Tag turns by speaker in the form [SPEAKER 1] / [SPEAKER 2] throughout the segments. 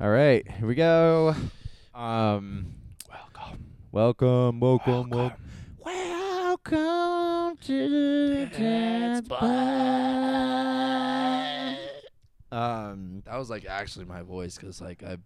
[SPEAKER 1] All right, here we go. Um, welcome,
[SPEAKER 2] Oh,
[SPEAKER 1] welcome, welcome, welcome, welcome to the dance pod. Um,
[SPEAKER 2] That was like actually my voice because like I,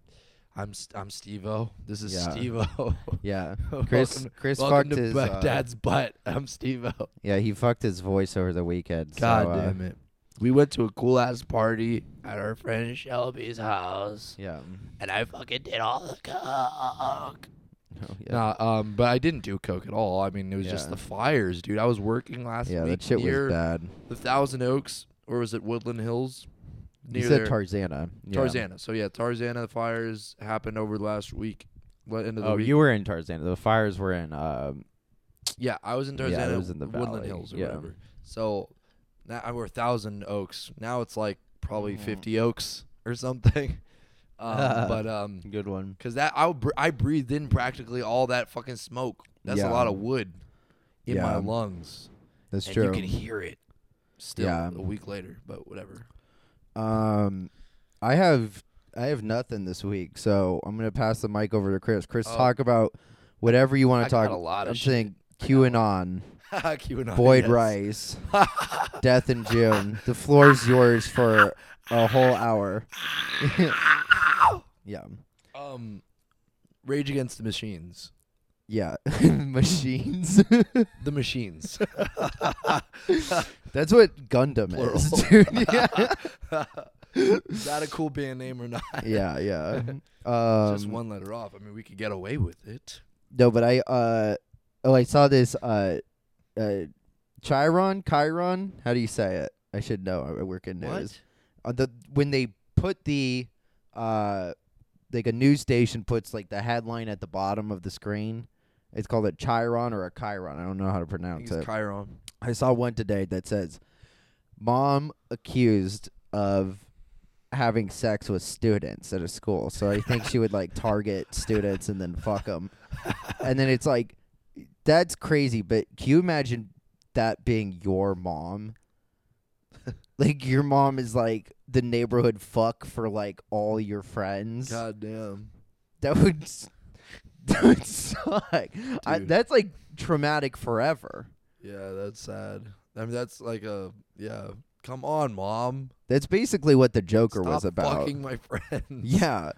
[SPEAKER 2] I'm st- I'm Steve-O. This is
[SPEAKER 1] Yeah.
[SPEAKER 2] Steve-O.
[SPEAKER 1] yeah,
[SPEAKER 2] Welcome-
[SPEAKER 1] Chris, Chris fucked
[SPEAKER 2] welcome to
[SPEAKER 1] his
[SPEAKER 2] my
[SPEAKER 1] uh,
[SPEAKER 2] dad's butt. I'm Steve-O.
[SPEAKER 1] Yeah, he fucked his voice over the weekend.
[SPEAKER 2] God
[SPEAKER 1] so, uh,
[SPEAKER 2] damn it. We went to a cool ass party at our friend Shelby's house,
[SPEAKER 1] Yeah.
[SPEAKER 2] and I fucking did all the coke.
[SPEAKER 1] Oh, yeah.
[SPEAKER 2] Nah, um, but I didn't do coke at all. I mean, it was
[SPEAKER 1] Yeah.
[SPEAKER 2] just the fires, dude. I was working last
[SPEAKER 1] yeah,
[SPEAKER 2] week
[SPEAKER 1] that shit
[SPEAKER 2] near
[SPEAKER 1] was bad.
[SPEAKER 2] the Thousand Oaks, or was it Woodland Hills?
[SPEAKER 1] You
[SPEAKER 2] Near
[SPEAKER 1] said
[SPEAKER 2] there.
[SPEAKER 1] Tarzana. Yeah.
[SPEAKER 2] Tarzana. So yeah, Tarzana fires happened over the last week. le- End of the
[SPEAKER 1] Oh,
[SPEAKER 2] week.
[SPEAKER 1] you were in Tarzana. The fires were in. Um,
[SPEAKER 2] Yeah, I was in
[SPEAKER 1] Yeah, I
[SPEAKER 2] Tarzana,
[SPEAKER 1] was in the
[SPEAKER 2] Woodland
[SPEAKER 1] valley,
[SPEAKER 2] Hills or
[SPEAKER 1] yeah.
[SPEAKER 2] whatever. So now I were thousand oaks. Now it's like probably
[SPEAKER 1] Mhm.
[SPEAKER 2] fifty oaks or something. Um, but um,
[SPEAKER 1] good one.
[SPEAKER 2] cause that I br- I breathed in practically all that fucking smoke. That's
[SPEAKER 1] Yeah.
[SPEAKER 2] a lot of wood in
[SPEAKER 1] Yeah.
[SPEAKER 2] my lungs,
[SPEAKER 1] That's
[SPEAKER 2] and
[SPEAKER 1] true.
[SPEAKER 2] you can hear it still
[SPEAKER 1] Yeah.
[SPEAKER 2] a week later. But whatever.
[SPEAKER 1] Um, I have I have nothing this week, so I'm gonna pass the mic over to Chris. Chris,
[SPEAKER 2] Oh.
[SPEAKER 1] talk about whatever you want
[SPEAKER 2] I
[SPEAKER 1] to talk.
[SPEAKER 2] got a lot of
[SPEAKER 1] I'm
[SPEAKER 2] shit.
[SPEAKER 1] saying
[SPEAKER 2] I got a
[SPEAKER 1] QAnon,
[SPEAKER 2] QAnon,
[SPEAKER 1] Boyd
[SPEAKER 2] yes.
[SPEAKER 1] Rice, Death in June. The floor is yours for a whole hour. yeah,
[SPEAKER 2] Um, Rage Against the Machines.
[SPEAKER 1] yeah, machines.
[SPEAKER 2] The machines.
[SPEAKER 1] That's what Gundam
[SPEAKER 2] Plural.
[SPEAKER 1] is, dude. Yeah,
[SPEAKER 2] Is that a cool band name or not?
[SPEAKER 1] yeah. yeah. Um,
[SPEAKER 2] Just one letter off. I mean, we could get away with it.
[SPEAKER 1] No, but I uh oh I saw this uh uh Chiron Chiron how do you say it? I should know. I- I work in news. Uh, the when they put the uh like a news station puts like the headline at the bottom of the screen. It's called a Chiron or a Chiron. I don't know how to
[SPEAKER 2] I think
[SPEAKER 1] pronounce
[SPEAKER 2] it's
[SPEAKER 1] it.
[SPEAKER 2] Chiron.
[SPEAKER 1] I saw one today that says mom accused of having sex with students at a school. So I think she would like target students and then fuck them. And then it's like that's crazy, but can you imagine that being your mom? like your mom is like the neighborhood fuck for like all your friends.
[SPEAKER 2] God damn.
[SPEAKER 1] That would s- that would suck. I,
[SPEAKER 2] Dude.
[SPEAKER 1] that's like traumatic forever.
[SPEAKER 2] Yeah, that's sad. I mean, that's like a yeah. Come on, mom.
[SPEAKER 1] That's basically what the Joker
[SPEAKER 2] Stop
[SPEAKER 1] was about.
[SPEAKER 2] fucking my friends.
[SPEAKER 1] Yeah.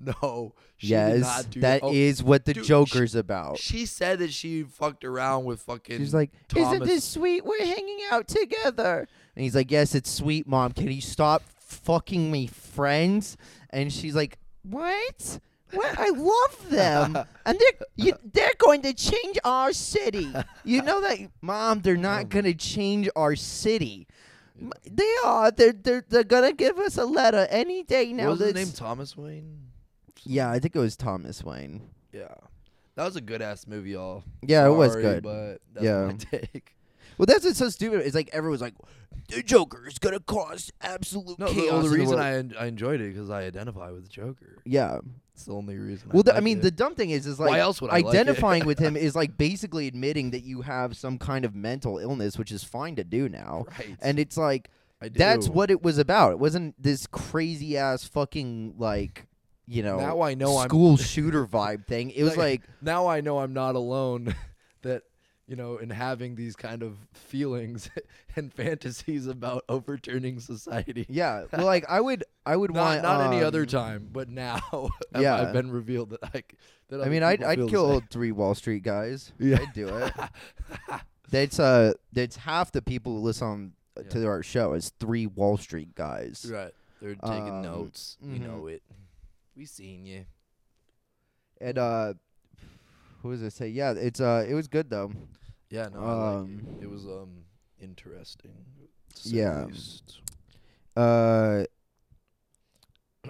[SPEAKER 2] no. She Did
[SPEAKER 1] yes.
[SPEAKER 2] not
[SPEAKER 1] that
[SPEAKER 2] do
[SPEAKER 1] is
[SPEAKER 2] that. Oh,
[SPEAKER 1] what the
[SPEAKER 2] dude, sh-
[SPEAKER 1] Joker's about.
[SPEAKER 2] She said that she fucked around with fucking.
[SPEAKER 1] She's like, "Isn't
[SPEAKER 2] Thomas-
[SPEAKER 1] this sweet? We're hanging out together." And he's like, "Yes, it's sweet, mom. Can you stop fucking me friends?" And she's like, "What? What? I love them, and they're you, they're going to change our city. You know that, mom? They're
[SPEAKER 2] Oh
[SPEAKER 1] not going to change our city." M- They are. They're they're they're gonna give us a letter any day now.
[SPEAKER 2] what was his name?
[SPEAKER 1] that's-
[SPEAKER 2] Thomas Wayne.
[SPEAKER 1] yeah, I think it was Thomas Wayne.
[SPEAKER 2] Yeah. That was a good ass movie, y'all.
[SPEAKER 1] Yeah, it was
[SPEAKER 2] Sorry,
[SPEAKER 1] good.
[SPEAKER 2] But that's
[SPEAKER 1] Yeah.
[SPEAKER 2] my take.
[SPEAKER 1] Well, that's what's so stupid. It's like everyone's like, the Joker is gonna cause absolute
[SPEAKER 2] No,
[SPEAKER 1] chaos.
[SPEAKER 2] the, well, the
[SPEAKER 1] in
[SPEAKER 2] reason
[SPEAKER 1] world."
[SPEAKER 2] I en- I enjoyed it because I identify with the Joker.
[SPEAKER 1] yeah.
[SPEAKER 2] It's the only reason.
[SPEAKER 1] Well, the,
[SPEAKER 2] I,
[SPEAKER 1] I
[SPEAKER 2] like
[SPEAKER 1] mean,
[SPEAKER 2] it.
[SPEAKER 1] the dumb thing is, is
[SPEAKER 2] Why
[SPEAKER 1] like
[SPEAKER 2] else would I like it?
[SPEAKER 1] identifying with him is like basically admitting that you have some kind of mental illness, which is fine to do now.
[SPEAKER 2] right.
[SPEAKER 1] And it's like
[SPEAKER 2] I
[SPEAKER 1] that's
[SPEAKER 2] do.
[SPEAKER 1] what it was about. It wasn't this crazy ass fucking like you know
[SPEAKER 2] Now I know I'm-
[SPEAKER 1] school shooter vibe thing. It was like
[SPEAKER 2] now I know I'm not alone. That you know, in having these kind of feelings and fantasies about overturning society.
[SPEAKER 1] yeah, well, like I would I would
[SPEAKER 2] Not,
[SPEAKER 1] want
[SPEAKER 2] not any
[SPEAKER 1] um,
[SPEAKER 2] other time, but now I've-
[SPEAKER 1] yeah.
[SPEAKER 2] I've been revealed that I c- that
[SPEAKER 1] I
[SPEAKER 2] other
[SPEAKER 1] mean, I'd
[SPEAKER 2] people
[SPEAKER 1] I'd
[SPEAKER 2] feel the
[SPEAKER 1] kill
[SPEAKER 2] same.
[SPEAKER 1] three Wall Street guys.
[SPEAKER 2] Yeah.
[SPEAKER 1] I'd do it. That's uh, that's half the people who listen on to our show is three Wall Street guys.
[SPEAKER 2] right. They're taking
[SPEAKER 1] Um,
[SPEAKER 2] notes. You
[SPEAKER 1] mhm.
[SPEAKER 2] know it. We seen you.
[SPEAKER 1] And uh, who was I say? Yeah, it's uh, it was good though.
[SPEAKER 2] Yeah, no, I like
[SPEAKER 1] Um,
[SPEAKER 2] it. It was um interesting. to say the
[SPEAKER 1] Yeah.
[SPEAKER 2] least.
[SPEAKER 1] Uh,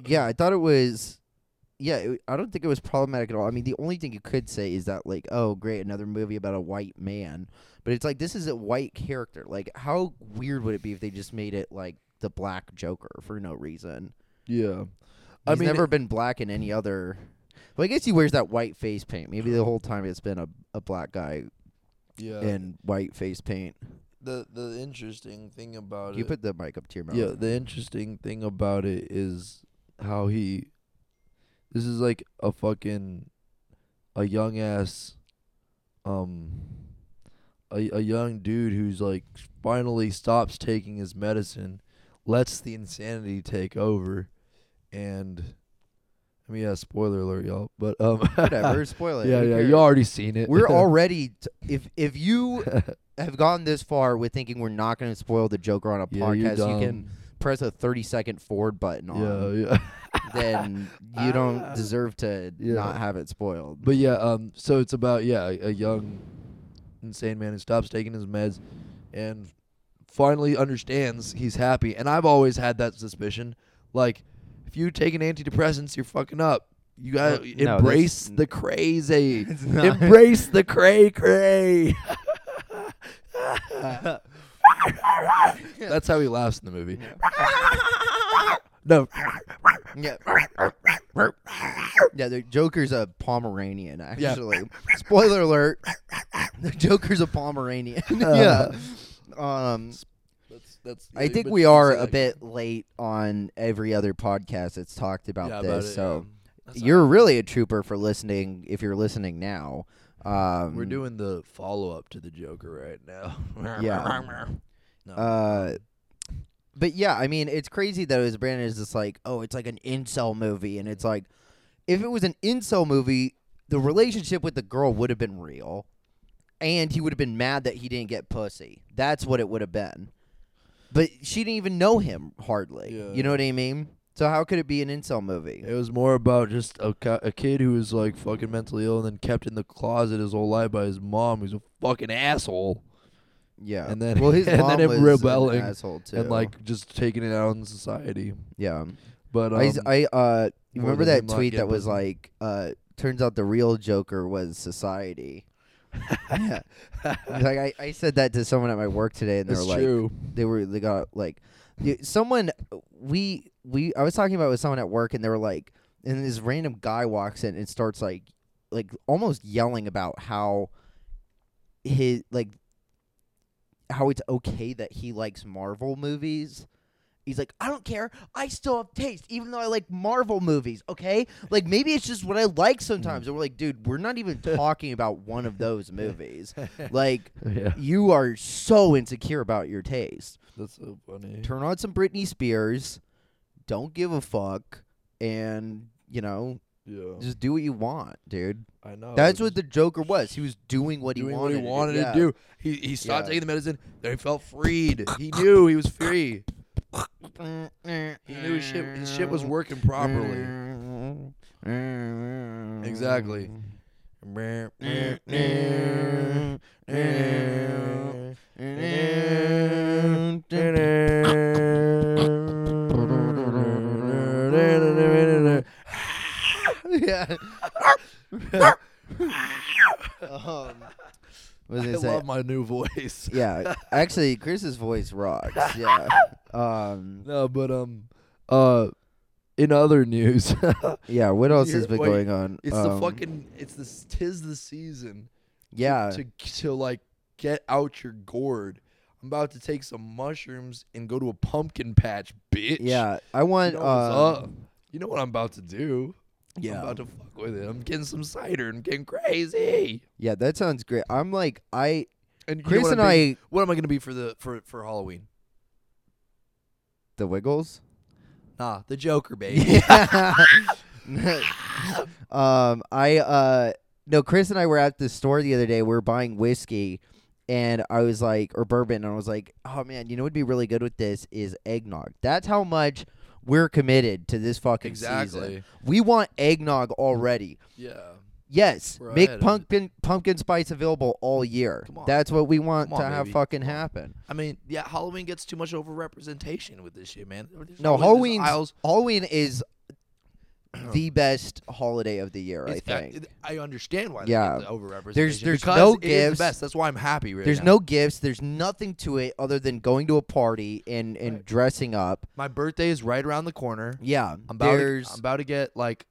[SPEAKER 1] yeah, I thought it was. Yeah, it, I don't think it was problematic at all. I mean, the only thing you could say is that like, oh, great, another movie about a white man. But it's like this is a white character. Like, how weird would it be if they just made it like the black Joker for no reason?
[SPEAKER 2] Yeah.
[SPEAKER 1] He's never been black in any other. Well, I guess he wears that white face paint. Maybe the whole time it's been a, a black guy
[SPEAKER 2] yeah.
[SPEAKER 1] in white face paint.
[SPEAKER 2] the the interesting thing about
[SPEAKER 1] You
[SPEAKER 2] it
[SPEAKER 1] put the mic up to your mouth.
[SPEAKER 2] Yeah, the interesting thing about it is how he This is like a fucking a young ass um a a young dude who's like finally stops taking his medicine, lets the insanity take over and I mean yeah, spoiler alert y'all, but um
[SPEAKER 1] Whatever. Spoil it.
[SPEAKER 2] yeah,
[SPEAKER 1] who
[SPEAKER 2] yeah,
[SPEAKER 1] cares?
[SPEAKER 2] you already seen it.
[SPEAKER 1] We're already t- if if you have gone this far with thinking we're not going to spoil the Joker on a
[SPEAKER 2] Yeah, you're
[SPEAKER 1] podcast, you can
[SPEAKER 2] dumb.
[SPEAKER 1] press a 30 second forward button on.
[SPEAKER 2] Yeah, yeah.
[SPEAKER 1] Then you
[SPEAKER 2] Uh,
[SPEAKER 1] don't deserve to
[SPEAKER 2] Yeah.
[SPEAKER 1] not have it spoiled.
[SPEAKER 2] But yeah, um, so it's about yeah, a, a young, insane man who stops taking his meds, and finally understands he's happy. And I've always had that suspicion, like if you take an antidepressants, you're fucking up. You
[SPEAKER 1] Well,
[SPEAKER 2] gotta
[SPEAKER 1] no,
[SPEAKER 2] embrace
[SPEAKER 1] that's-
[SPEAKER 2] the crazy.
[SPEAKER 1] It's not-
[SPEAKER 2] embrace the cray cray. That's how he laughs in the movie. No.
[SPEAKER 1] Yeah. Yeah, the Joker's a Pomeranian, actually. Spoiler alert. The Joker's a Pomeranian.
[SPEAKER 2] Uh,
[SPEAKER 1] yeah. Um
[SPEAKER 2] That's, that's
[SPEAKER 1] I think we are a bit late on every other podcast that's talked about
[SPEAKER 2] Yeah,
[SPEAKER 1] this.
[SPEAKER 2] about it,
[SPEAKER 1] so
[SPEAKER 2] yeah. That's all
[SPEAKER 1] you're
[SPEAKER 2] right.
[SPEAKER 1] really a trooper for listening if you're listening now. Um
[SPEAKER 2] We're doing the follow up to the Joker right now.
[SPEAKER 1] Yeah.
[SPEAKER 2] No.
[SPEAKER 1] uh but yeah, I mean, it's crazy that it was branded as this like, oh, it's like an incel movie, and it's like, if it was an incel movie, the relationship with the girl would have been real, and he would have been mad that he didn't get pussy. That's what it would have been. But she didn't even know him hardly.
[SPEAKER 2] Yeah.
[SPEAKER 1] You know what I mean? So how could it be an incel movie?
[SPEAKER 2] it was more about just a, ki- a kid who was like fucking mentally ill and then kept in the closet his whole life by his mom, who's a fucking asshole,
[SPEAKER 1] Yeah.
[SPEAKER 2] and then-
[SPEAKER 1] well, his
[SPEAKER 2] and then
[SPEAKER 1] mom
[SPEAKER 2] him
[SPEAKER 1] was
[SPEAKER 2] rebelling
[SPEAKER 1] an asshole too,
[SPEAKER 2] and like just taking it out on society.
[SPEAKER 1] yeah.
[SPEAKER 2] But um,
[SPEAKER 1] I s I I uh
[SPEAKER 2] more
[SPEAKER 1] remember
[SPEAKER 2] than
[SPEAKER 1] that
[SPEAKER 2] him not
[SPEAKER 1] tweet
[SPEAKER 2] getting
[SPEAKER 1] that was
[SPEAKER 2] pussy.
[SPEAKER 1] like uh turns out the real Joker was society. yeah. It's Like I, I said that to someone at my work today and they
[SPEAKER 2] it's
[SPEAKER 1] were like
[SPEAKER 2] true.
[SPEAKER 1] they were they got like y- someone we we I was talking about it with someone at work and they were like and this random guy walks in and starts like like almost yelling about how his like how it's okay that he likes Marvel movies. He's like, I don't care. I still have taste, even though I like Marvel movies. Okay, like maybe it's just what I like sometimes. And we're like, dude, we're not even talking about one of those movies. Like,
[SPEAKER 2] yeah,
[SPEAKER 1] you are so insecure about your taste.
[SPEAKER 2] that's so funny.
[SPEAKER 1] Turn on some Britney Spears, don't give a fuck, and you know,
[SPEAKER 2] Yeah,
[SPEAKER 1] just do what you want, dude.
[SPEAKER 2] I know.
[SPEAKER 1] That's
[SPEAKER 2] Oh. just
[SPEAKER 1] what the Joker was. He was doing what
[SPEAKER 2] doing
[SPEAKER 1] he wanted.
[SPEAKER 2] what he wanted
[SPEAKER 1] yeah.
[SPEAKER 2] to do. He he stopped
[SPEAKER 1] Yeah.
[SPEAKER 2] taking the medicine. Then he felt freed. He knew he was free. He knew his shit. His shit was working properly. Exactly.
[SPEAKER 1] yeah. um, what was I
[SPEAKER 2] I
[SPEAKER 1] gonna say?
[SPEAKER 2] love my new voice.
[SPEAKER 1] yeah, actually, Chris's voice rocks. Yeah. Um.
[SPEAKER 2] No, but um, uh, in other news,
[SPEAKER 1] Yeah. What else
[SPEAKER 2] You're-
[SPEAKER 1] has been
[SPEAKER 2] wait,
[SPEAKER 1] going on?
[SPEAKER 2] it's the
[SPEAKER 1] Um,
[SPEAKER 2] fucking it's this tis the season. to-
[SPEAKER 1] Yeah.
[SPEAKER 2] To to like get out your gourd. I'm about to take some mushrooms and go to a pumpkin patch, bitch.
[SPEAKER 1] Yeah. I
[SPEAKER 2] You
[SPEAKER 1] want.
[SPEAKER 2] know,
[SPEAKER 1] um,
[SPEAKER 2] what's up. you know what I'm about to do.
[SPEAKER 1] Yeah.
[SPEAKER 2] I'm about to fuck with it. I'm getting some cider. I'm getting crazy.
[SPEAKER 1] Yeah, that sounds great. I'm like I
[SPEAKER 2] And you know
[SPEAKER 1] Chris
[SPEAKER 2] what
[SPEAKER 1] and
[SPEAKER 2] I'm being-
[SPEAKER 1] I
[SPEAKER 2] what am I gonna be for the for for Halloween?
[SPEAKER 1] the Wiggles.
[SPEAKER 2] Nah, the Joker, baby.
[SPEAKER 1] um I uh no Chris and I were at the store the other day. We were buying whiskey and I was like or bourbon and I was like, "Oh man, you know what would be really good with this is eggnog." That's how much we're committed to this fucking season.
[SPEAKER 2] exactly.
[SPEAKER 1] We want eggnog already.
[SPEAKER 2] Yeah.
[SPEAKER 1] Yes,
[SPEAKER 2] We're ahead
[SPEAKER 1] make
[SPEAKER 2] of-
[SPEAKER 1] pumpkin pumpkin spice available all year.
[SPEAKER 2] Come on.
[SPEAKER 1] That's what we want
[SPEAKER 2] Come
[SPEAKER 1] to
[SPEAKER 2] on,
[SPEAKER 1] have
[SPEAKER 2] baby.
[SPEAKER 1] fucking
[SPEAKER 2] Come on.
[SPEAKER 1] happen.
[SPEAKER 2] I mean, yeah, Halloween gets too much overrepresentation with this shit, man. There's
[SPEAKER 1] No,
[SPEAKER 2] always this
[SPEAKER 1] Halloween's
[SPEAKER 2] aisles-
[SPEAKER 1] Halloween is the best holiday of the year, I
[SPEAKER 2] it's- I
[SPEAKER 1] think.
[SPEAKER 2] I understand why.
[SPEAKER 1] Yeah.
[SPEAKER 2] they get the overrepresentation.
[SPEAKER 1] There's- there's
[SPEAKER 2] because
[SPEAKER 1] no
[SPEAKER 2] it is
[SPEAKER 1] gifts.
[SPEAKER 2] the best. That's why I'm happy. Right
[SPEAKER 1] There's
[SPEAKER 2] now.
[SPEAKER 1] no gifts, there's nothing to it other than going to a party and, and
[SPEAKER 2] Right.
[SPEAKER 1] dressing up.
[SPEAKER 2] My birthday is right around the corner.
[SPEAKER 1] Yeah.
[SPEAKER 2] I'm about. To,
[SPEAKER 1] there's
[SPEAKER 2] I'm about to get like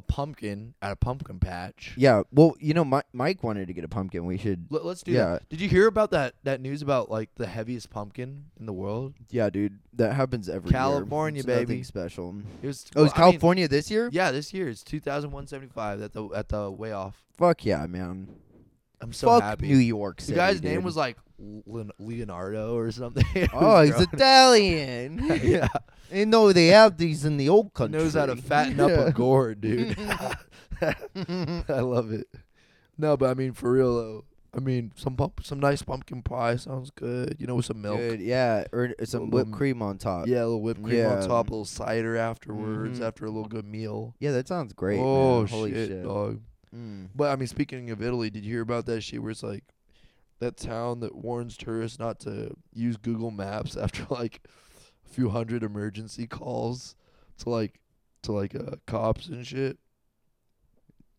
[SPEAKER 2] a pumpkin at a pumpkin patch.
[SPEAKER 1] Yeah. Well, you know, Mi- Mike wanted to get a pumpkin. We should.
[SPEAKER 2] Let, us do
[SPEAKER 1] Yeah.
[SPEAKER 2] that. Did you hear about that that news about like the heaviest pumpkin in the world?
[SPEAKER 1] Yeah, dude. That happens every
[SPEAKER 2] California,
[SPEAKER 1] year. It's nothing
[SPEAKER 2] baby.
[SPEAKER 1] special.
[SPEAKER 2] It was
[SPEAKER 1] Oh, it's
[SPEAKER 2] well, I mean,
[SPEAKER 1] California this year?
[SPEAKER 2] yeah, this year it's 2175 at the at the way off.
[SPEAKER 1] Fuck yeah, man.
[SPEAKER 2] I'm so
[SPEAKER 1] Fuck
[SPEAKER 2] happy.
[SPEAKER 1] New York City.
[SPEAKER 2] the guy's name
[SPEAKER 1] dude.
[SPEAKER 2] was like Len- Leonardo or something. It
[SPEAKER 1] Oh,
[SPEAKER 2] was
[SPEAKER 1] he's
[SPEAKER 2] gross.
[SPEAKER 1] Italian.
[SPEAKER 2] yeah,
[SPEAKER 1] You know they have these in the old country.
[SPEAKER 2] knows how to fatten up a gourd, dude. I love it. No, but I mean for real though. I mean some pump, some nice pumpkin pie sounds good. You know, with some milk.
[SPEAKER 1] Dude, yeah, or some whipped cream on top.
[SPEAKER 2] Yeah, Mm-hmm. a little whipped cream
[SPEAKER 1] Yeah.
[SPEAKER 2] on top, a little cider afterwards
[SPEAKER 1] Mhm.
[SPEAKER 2] after a little good meal.
[SPEAKER 1] Yeah, that sounds great.
[SPEAKER 2] oh
[SPEAKER 1] man. Holy
[SPEAKER 2] shit,
[SPEAKER 1] shit!
[SPEAKER 2] dog!
[SPEAKER 1] Mm.
[SPEAKER 2] But I mean, speaking of Italy, did you hear about that shit where it's like that town that warns tourists not to use Google Maps after like a few hundred emergency calls to like to like uh, cops and shit?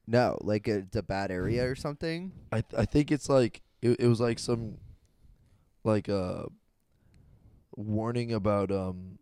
[SPEAKER 1] No, like it's a bad area or something.
[SPEAKER 2] I th- I think it's like it, it was like some like uh warning about um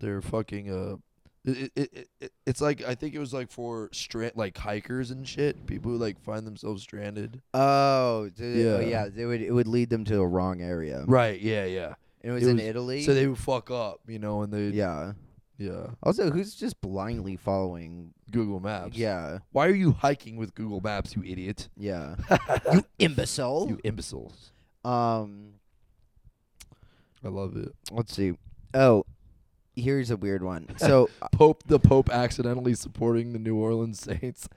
[SPEAKER 2] their fucking uh it, it, it, it it's like I think it was like for strand like hikers and shit people who like find themselves stranded
[SPEAKER 1] Oh, dude, oh,
[SPEAKER 2] Yeah.
[SPEAKER 1] yeah. It would it would lead them to a wrong area.
[SPEAKER 2] right yeah yeah
[SPEAKER 1] And it was
[SPEAKER 2] It
[SPEAKER 1] in
[SPEAKER 2] was-
[SPEAKER 1] Italy.
[SPEAKER 2] so they would fuck up you know and they yeah,
[SPEAKER 1] yeah. Also, who's just blindly following?
[SPEAKER 2] Google Maps
[SPEAKER 1] Yeah,
[SPEAKER 2] why are you hiking with Google Maps you idiot
[SPEAKER 1] yeah.
[SPEAKER 2] you,
[SPEAKER 1] you imbecile.
[SPEAKER 2] imbeciles
[SPEAKER 1] Um,
[SPEAKER 2] I love it
[SPEAKER 1] let's see. Oh, here's a weird one. So uh,
[SPEAKER 2] Pope the Pope accidentally supporting the New Orleans Saints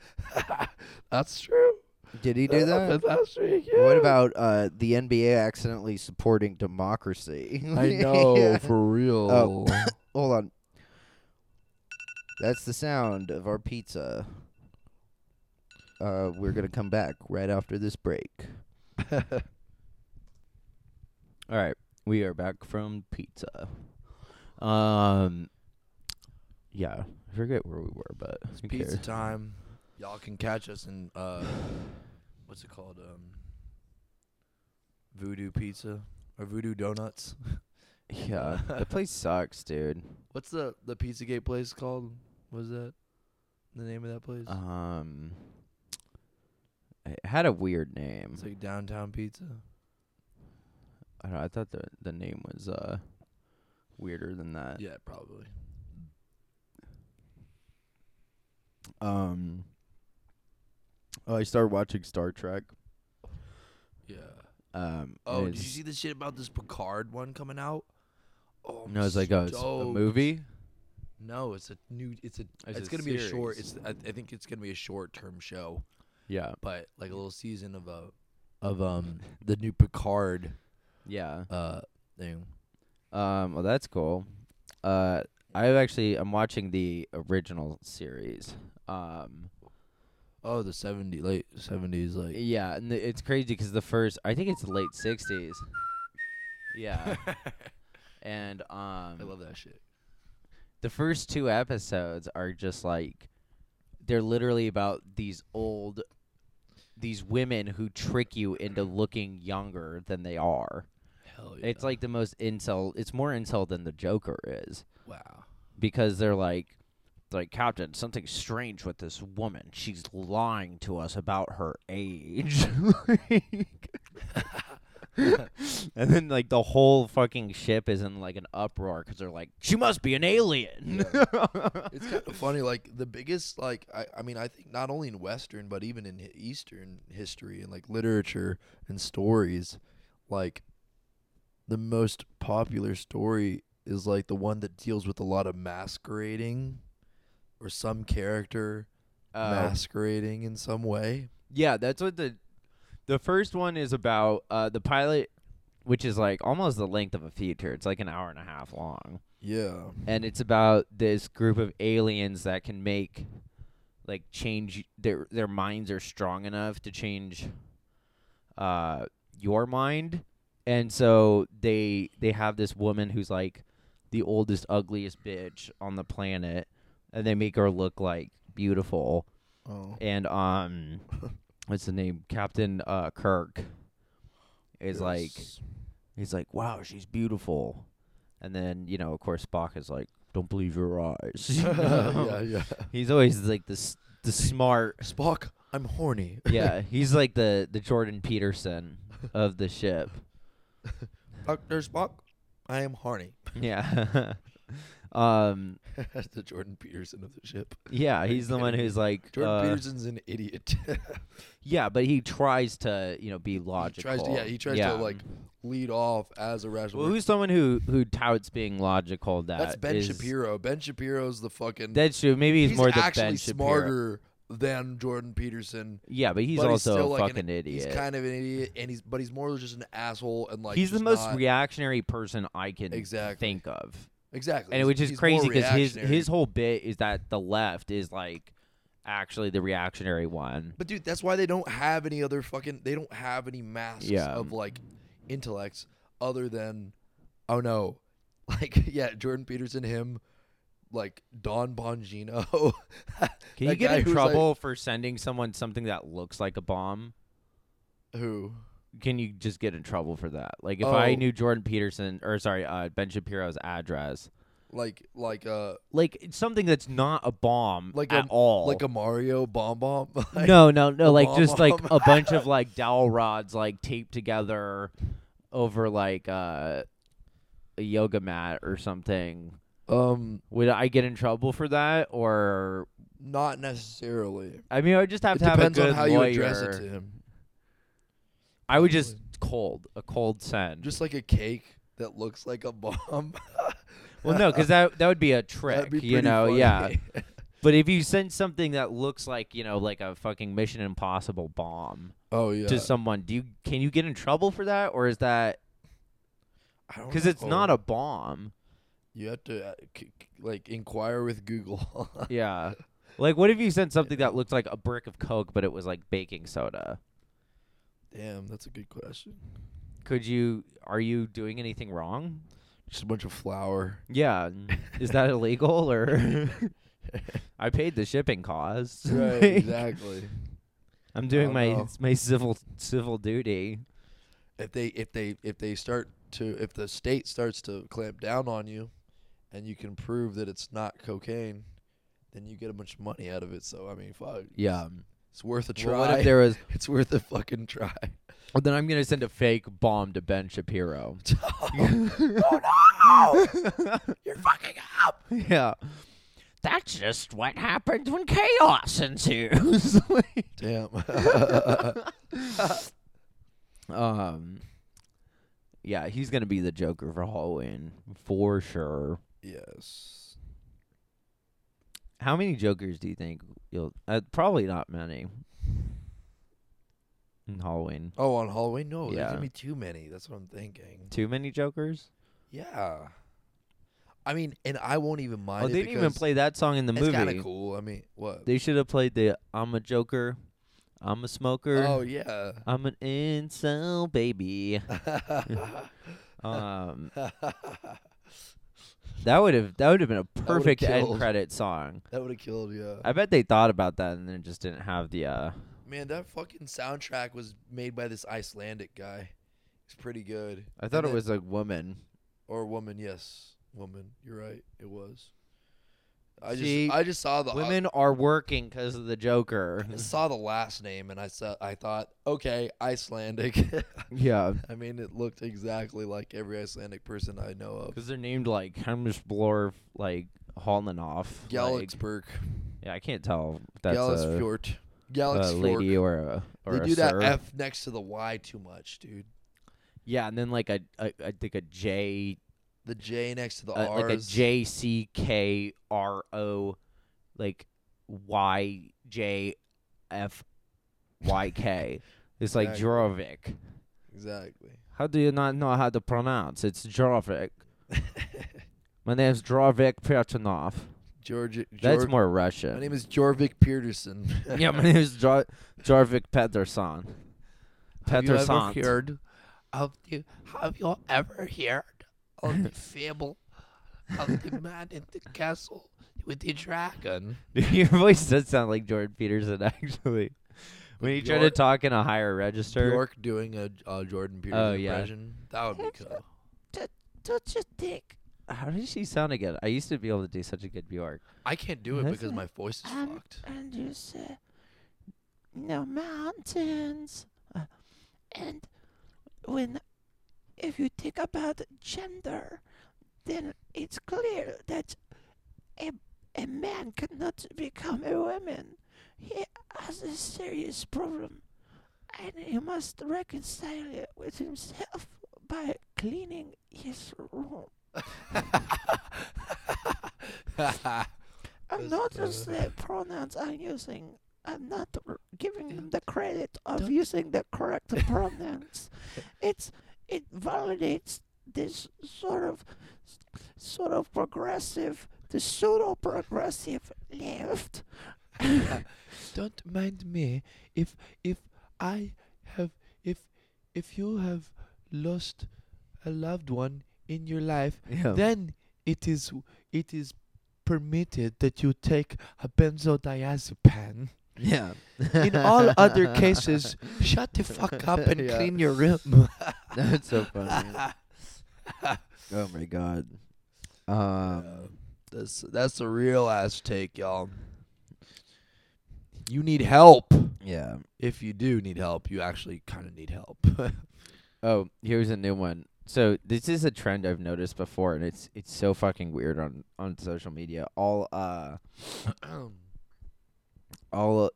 [SPEAKER 2] that's true.
[SPEAKER 1] did he do that? What about uh, the NBA accidentally supporting democracy?
[SPEAKER 2] I know
[SPEAKER 1] Yeah.
[SPEAKER 2] for real.
[SPEAKER 1] Oh. Hold on. That's the sound of our pizza. Uh, we're gonna come back right after this break. All right, we are back from pizza. Um, yeah, I forget where we were, but who
[SPEAKER 2] Pizza
[SPEAKER 1] cares?
[SPEAKER 2] time. Y'all can catch us in uh, what's it called? Um, Voodoo Pizza or Voodoo Donuts.
[SPEAKER 1] Yeah, the place sucks, dude.
[SPEAKER 2] What's the the PizzaGate place called? Was that the name of that place?
[SPEAKER 1] Um, it had a weird name.
[SPEAKER 2] It's like Downtown Pizza.
[SPEAKER 1] I, don't, know, I thought the the name was uh weirder than that.
[SPEAKER 2] Yeah, probably.
[SPEAKER 1] Um. Oh, I started watching Star Trek.
[SPEAKER 2] Yeah.
[SPEAKER 1] Um.
[SPEAKER 2] Oh,
[SPEAKER 1] and
[SPEAKER 2] did you
[SPEAKER 1] it's-
[SPEAKER 2] see the shit about this Picard one coming out? Oh, I'm
[SPEAKER 1] No, it's like a, it's a
[SPEAKER 2] stoked.
[SPEAKER 1] movie.
[SPEAKER 2] No, it's a new. It's a.
[SPEAKER 1] It's
[SPEAKER 2] It's,
[SPEAKER 1] a
[SPEAKER 2] gonna be a short.
[SPEAKER 1] series.
[SPEAKER 2] It's. I, I think it's gonna be a short-term show,
[SPEAKER 1] Yeah.
[SPEAKER 2] but like a little season of a, of um the new Picard
[SPEAKER 1] Yeah.
[SPEAKER 2] uh thing.
[SPEAKER 1] Um. Well, that's cool. Uh, I actually I'm watching the original series. Um.
[SPEAKER 2] Oh, the seventy late seventies like.
[SPEAKER 1] Yeah, and the, it's crazy because the first I think it's late '60s. Yeah. and um.
[SPEAKER 2] I love that shit.
[SPEAKER 1] the first two episodes are just like they're literally about these old these women who trick you into looking younger than they are.
[SPEAKER 2] Hell yeah.
[SPEAKER 1] It's like the most insult it's more insult than the Joker is
[SPEAKER 2] wow.
[SPEAKER 1] because they're like like Captain, something's strange with this woman. She's lying to us about her age. Like- and then like the whole fucking ship is in like an uproar cuz they're like she must be an alien.
[SPEAKER 2] It's kind of funny. Like the biggest like I I mean I think not only in Western but even in hi- Eastern history and like literature and stories, like the most popular story is like the one that deals with a lot of masquerading or some character
[SPEAKER 1] Uh,
[SPEAKER 2] masquerading in some way.
[SPEAKER 1] Yeah, that's what the the first one is about. Uh, the pilot, which is like almost the length of a feature. It's like an hour and a half long,
[SPEAKER 2] Yeah.
[SPEAKER 1] and it's about this group of aliens that can make like change their their minds are strong enough to change uh your mind and so they they have this woman who's like the oldest ugliest bitch on the planet and they make her look like beautiful
[SPEAKER 2] Oh.
[SPEAKER 1] and um what's the name captain uh kirk is like he's like wow she's beautiful and then you know of course spock is like don't believe your eyes you
[SPEAKER 2] yeah,
[SPEAKER 1] know?
[SPEAKER 2] yeah.
[SPEAKER 1] he's always like this the smart.
[SPEAKER 2] Spock, I'm horny.
[SPEAKER 1] Yeah, he's like the the Jordan Peterson of the ship.
[SPEAKER 2] Doctor Spock, I am horny.
[SPEAKER 1] Yeah. um.
[SPEAKER 2] That's the Jordan Peterson of the ship.
[SPEAKER 1] Yeah, he's the one who's like.
[SPEAKER 2] Jordan
[SPEAKER 1] uh,
[SPEAKER 2] Peterson's an idiot.
[SPEAKER 1] Yeah, but he tries to you know be
[SPEAKER 2] he
[SPEAKER 1] logical.
[SPEAKER 2] tries to, yeah, he tries
[SPEAKER 1] Yeah.
[SPEAKER 2] to like lead off as a rational.
[SPEAKER 1] Well,
[SPEAKER 2] person.
[SPEAKER 1] who's someone who who touts being logical? That
[SPEAKER 2] That's Ben
[SPEAKER 1] is-
[SPEAKER 2] Shapiro. Ben Shapiro's the fucking.
[SPEAKER 1] That's true. Maybe he's,
[SPEAKER 2] he's
[SPEAKER 1] more the
[SPEAKER 2] actually
[SPEAKER 1] Ben Shapiro.
[SPEAKER 2] smarter than Jordan Peterson.
[SPEAKER 1] Yeah, but he's
[SPEAKER 2] but
[SPEAKER 1] also
[SPEAKER 2] still
[SPEAKER 1] a
[SPEAKER 2] like
[SPEAKER 1] fucking
[SPEAKER 2] an,
[SPEAKER 1] idiot.
[SPEAKER 2] He's kind of an idiot, and he's but he's more or less just an asshole and like
[SPEAKER 1] he's the
[SPEAKER 2] just
[SPEAKER 1] most
[SPEAKER 2] not-
[SPEAKER 1] reactionary person I can
[SPEAKER 2] Exactly.
[SPEAKER 1] think of,
[SPEAKER 2] exactly,
[SPEAKER 1] and
[SPEAKER 2] he's-
[SPEAKER 1] which is
[SPEAKER 2] he's
[SPEAKER 1] crazy
[SPEAKER 2] more
[SPEAKER 1] because his
[SPEAKER 2] reactionary.
[SPEAKER 1] his whole bit is that the left is like actually the reactionary one.
[SPEAKER 2] But dude, that's why they don't have any other fucking. They don't have any masks
[SPEAKER 1] Yeah.
[SPEAKER 2] of like intellects other than, oh no, like yeah, Jordan Peterson, him, like Don Bongino.
[SPEAKER 1] Can you
[SPEAKER 2] That guy
[SPEAKER 1] get in
[SPEAKER 2] who's, like-
[SPEAKER 1] trouble for sending someone something that looks like a bomb?
[SPEAKER 2] who?
[SPEAKER 1] Can you just get in trouble for that? Like if I
[SPEAKER 2] Oh.
[SPEAKER 1] knew Jordan Peterson or sorry, uh, Ben Shapiro's address,
[SPEAKER 2] Like like uh
[SPEAKER 1] like it's something that's not a bomb
[SPEAKER 2] Like
[SPEAKER 1] at
[SPEAKER 2] a-
[SPEAKER 1] all.
[SPEAKER 2] like a Mario bomb bomb. Like,
[SPEAKER 1] no, no, no.
[SPEAKER 2] a
[SPEAKER 1] Like
[SPEAKER 2] bomb
[SPEAKER 1] just like
[SPEAKER 2] bomb.
[SPEAKER 1] a bunch of like dowel rods like taped together over like uh, a yoga mat or something.
[SPEAKER 2] Um,
[SPEAKER 1] Would I get in trouble for that? Or
[SPEAKER 2] not necessarily.
[SPEAKER 1] I mean, I would just have
[SPEAKER 2] It
[SPEAKER 1] to have a
[SPEAKER 2] depends
[SPEAKER 1] good
[SPEAKER 2] on how
[SPEAKER 1] lawyer.
[SPEAKER 2] you address it to him.
[SPEAKER 1] I would just cold a cold send.
[SPEAKER 2] Just like a cake that looks like a bomb.
[SPEAKER 1] well, no, because that that would be a trick,
[SPEAKER 2] That'd be
[SPEAKER 1] you
[SPEAKER 2] pretty
[SPEAKER 1] know? Yeah.
[SPEAKER 2] funny.
[SPEAKER 1] But if you send something that looks like you know like a fucking Mission Impossible bomb
[SPEAKER 2] oh yeah.
[SPEAKER 1] to someone, do you can you get in trouble for that, or is that because
[SPEAKER 2] Because
[SPEAKER 1] it's not a bomb?
[SPEAKER 2] You have to uh, c- c- like inquire with Google.
[SPEAKER 1] Yeah. Like, what if you sent something that looked like a brick of Coke, but it was like baking soda?
[SPEAKER 2] Damn, that's a good question.
[SPEAKER 1] Could you? Are you doing anything wrong?
[SPEAKER 2] Just a bunch of flour.
[SPEAKER 1] Yeah. Is that illegal or? I paid the shipping costs.
[SPEAKER 2] right,
[SPEAKER 1] Like,
[SPEAKER 2] exactly.
[SPEAKER 1] I'm doing
[SPEAKER 2] Oh,
[SPEAKER 1] my
[SPEAKER 2] no.
[SPEAKER 1] my civil civil duty.
[SPEAKER 2] If they if they if they start to if the state starts to clamp down on you, and you can prove that it's not cocaine, then you get a bunch of money out of it. So I mean, fuck,
[SPEAKER 1] Yeah.
[SPEAKER 2] it's worth a try.
[SPEAKER 1] Well, what if there was?
[SPEAKER 2] it's worth a fucking try.
[SPEAKER 1] Well, then I'm gonna send a fake bomb to Ben Shapiro.
[SPEAKER 2] oh no! You're fucking up.
[SPEAKER 1] yeah. That's just what happens when chaos ensues.
[SPEAKER 2] Damn.
[SPEAKER 1] Um, yeah, he's gonna be the Joker for Halloween for sure.
[SPEAKER 2] yes.
[SPEAKER 1] How many Jokers do you think you'll? Uh, probably not many. In Halloween,
[SPEAKER 2] Oh, on Halloween? No, there's
[SPEAKER 1] Yeah.
[SPEAKER 2] gonna be too many. That's what I'm thinking.
[SPEAKER 1] too many Jokers.
[SPEAKER 2] Yeah. I mean, and I won't even mind.
[SPEAKER 1] Oh,
[SPEAKER 2] it
[SPEAKER 1] they didn't even
[SPEAKER 2] because
[SPEAKER 1] play that song in the
[SPEAKER 2] It's kind
[SPEAKER 1] movie.
[SPEAKER 2] of cool. I mean, what?
[SPEAKER 1] They should have played the "I'm a Joker, I'm a smoker,
[SPEAKER 2] oh yeah.
[SPEAKER 1] I'm an incel baby." Um, that would have that would have been a
[SPEAKER 2] would've
[SPEAKER 1] perfect end
[SPEAKER 2] killed.
[SPEAKER 1] credit song.
[SPEAKER 2] that would have killed. Yeah.
[SPEAKER 1] I bet they thought about that and then just didn't have the. uh
[SPEAKER 2] Man, that fucking soundtrack was made by this Icelandic guy. It's pretty good.
[SPEAKER 1] I thought it
[SPEAKER 2] And then-
[SPEAKER 1] was a woman.
[SPEAKER 2] or woman. Yes, woman. You're right. It was. I
[SPEAKER 1] See,
[SPEAKER 2] just I just saw the uh,
[SPEAKER 1] Women are working because of the Joker.
[SPEAKER 2] I saw the last name and I saw I thought okay Icelandic.
[SPEAKER 1] yeah,
[SPEAKER 2] I mean, it looked exactly like every Icelandic person I know of.
[SPEAKER 1] because they're named like Hemsblorf, like Holnanoff. Like,
[SPEAKER 2] Galaxburg,
[SPEAKER 1] yeah, I can't tell if that's a,
[SPEAKER 2] Galaxfjord,
[SPEAKER 1] a lady
[SPEAKER 2] Galaxfjord.
[SPEAKER 1] or a or
[SPEAKER 2] They
[SPEAKER 1] a
[SPEAKER 2] do that
[SPEAKER 1] sir.
[SPEAKER 2] F next to the Y too much, dude.
[SPEAKER 1] Yeah, and then like a, a I think a J,
[SPEAKER 2] The J next to the
[SPEAKER 1] a,
[SPEAKER 2] R's.
[SPEAKER 1] Uh, like a J C K R O, like Y J F Y K. It's like
[SPEAKER 2] Exactly.
[SPEAKER 1] Jorovic.
[SPEAKER 2] Exactly.
[SPEAKER 1] How do you not know how to pronounce? It's Jorovic. My name's Dravik Pyatunov.
[SPEAKER 2] George.
[SPEAKER 1] That's
[SPEAKER 2] Georg-
[SPEAKER 1] more Russian.
[SPEAKER 2] My name is Jorvik Peterson.
[SPEAKER 1] yeah, my name is Jar- Jarvik Pederson.
[SPEAKER 2] Have you ever
[SPEAKER 1] Pederson.
[SPEAKER 2] heard of the? Have you ever heard of the fable of the man in the castle with the dragon?
[SPEAKER 1] Your voice does sound like Jordan Peterson, actually. When you try to
[SPEAKER 2] Bjork-
[SPEAKER 1] talk in a higher register.
[SPEAKER 2] Bjork doing a uh, Jordan Peterson
[SPEAKER 1] Oh, yeah.
[SPEAKER 2] impression. That would be cool.
[SPEAKER 1] Touch your dick. How does she sound again? I used to be able to do such a good Bjork.
[SPEAKER 3] I can't do it
[SPEAKER 1] That's
[SPEAKER 3] because
[SPEAKER 1] not-
[SPEAKER 3] my voice is
[SPEAKER 1] I'm-
[SPEAKER 3] fucked.
[SPEAKER 1] And you said no mountains. Uh, and when if you think about gender, then it's clear that a, a man cannot become a woman. He has a serious problem. And he must reconcile it with himself by cleaning his room. And
[SPEAKER 3] That's
[SPEAKER 1] notice
[SPEAKER 3] bad.
[SPEAKER 1] the pronouns I'm using. I'm not r- giving
[SPEAKER 3] Yeah.
[SPEAKER 1] them the credit of
[SPEAKER 3] Don't-
[SPEAKER 1] using the correct pronouns. It's it validates this sort of s- sort of progressive, the pseudo progressive left.
[SPEAKER 3] Don't mind me if if I have if if you have lost a loved one in your life,
[SPEAKER 1] Yeah.
[SPEAKER 3] then it is it is permitted that you take a benzodiazepine.
[SPEAKER 1] yeah.
[SPEAKER 3] In all other cases, shut the fuck up and
[SPEAKER 1] Yeah.
[SPEAKER 3] clean your room.
[SPEAKER 1] That's so funny. oh my god. Um,
[SPEAKER 2] Yeah. Um, That's that's a real ass take, y'all. You need help.
[SPEAKER 1] yeah.
[SPEAKER 2] If you do need help, you actually kind of need help.
[SPEAKER 1] Oh, here's a new one. So this is a trend I've noticed before, and it's it's so fucking weird on on social media. I'll uh
[SPEAKER 3] Um,
[SPEAKER 1] I'll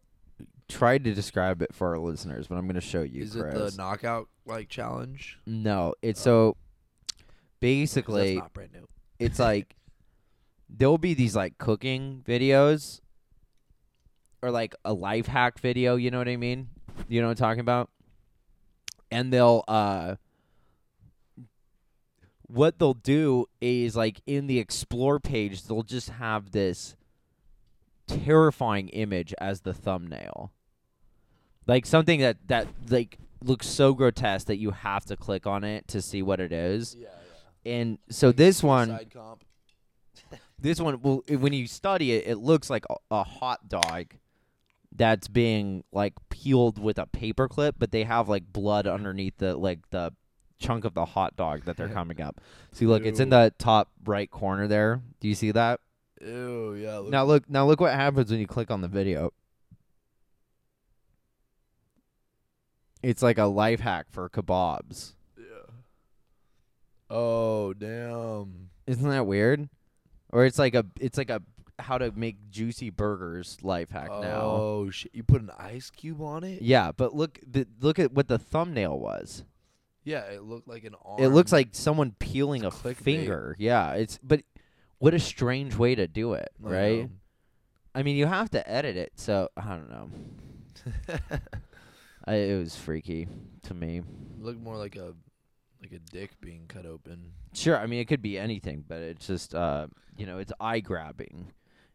[SPEAKER 1] try to describe it for our listeners, but I'm gonna show you.
[SPEAKER 2] Is it the
[SPEAKER 1] Chris.
[SPEAKER 2] knockout like challenge?
[SPEAKER 1] no, it's
[SPEAKER 2] Oh.
[SPEAKER 1] so
[SPEAKER 2] 'Cause that's
[SPEAKER 1] basically
[SPEAKER 2] not brand new.
[SPEAKER 1] it's like there'll be these like cooking videos or like a life hack video, you know what I mean? You know what I'm talking about? And they'll uh what they'll do is like in the explore page, they'll just have this terrifying image as the thumbnail. Like something that that like looks so grotesque that you have to click on it to see what it is.
[SPEAKER 2] Yeah.
[SPEAKER 1] And so this one
[SPEAKER 2] Side comp.
[SPEAKER 1] this one, well, i- when you study it, it looks like a, a hot dog that's being like peeled with a paper clip, but they have like blood underneath the like the chunk of the hot dog that they're coming up. See, look, it's in
[SPEAKER 2] Ew.
[SPEAKER 1] the top right corner there. Do you see that?
[SPEAKER 2] Ew. Yeah. Look,
[SPEAKER 1] Now look, now look what happens when you click on the video. It's like a life hack for kebabs.
[SPEAKER 2] Yeah. Oh damn.
[SPEAKER 1] Isn't that weird? Or it's like a it's like a how to make juicy burgers life hack now.
[SPEAKER 2] Oh shit! You put an ice cube on it?
[SPEAKER 1] Yeah, but look, but look at what the thumbnail was.
[SPEAKER 2] Yeah, it looked like an arm.
[SPEAKER 1] It looks like someone peeling
[SPEAKER 2] It's
[SPEAKER 1] a
[SPEAKER 2] clickbait.
[SPEAKER 1] finger. Yeah, it's but what a strange way to do it,
[SPEAKER 2] I
[SPEAKER 1] right?
[SPEAKER 2] know.
[SPEAKER 1] I mean, you have to edit it, so I don't know. I, it was freaky to me.
[SPEAKER 2] Looked more like a like a dick being cut open.
[SPEAKER 1] Sure, I mean it could be anything, but it's just uh, you know, it's eye grabbing,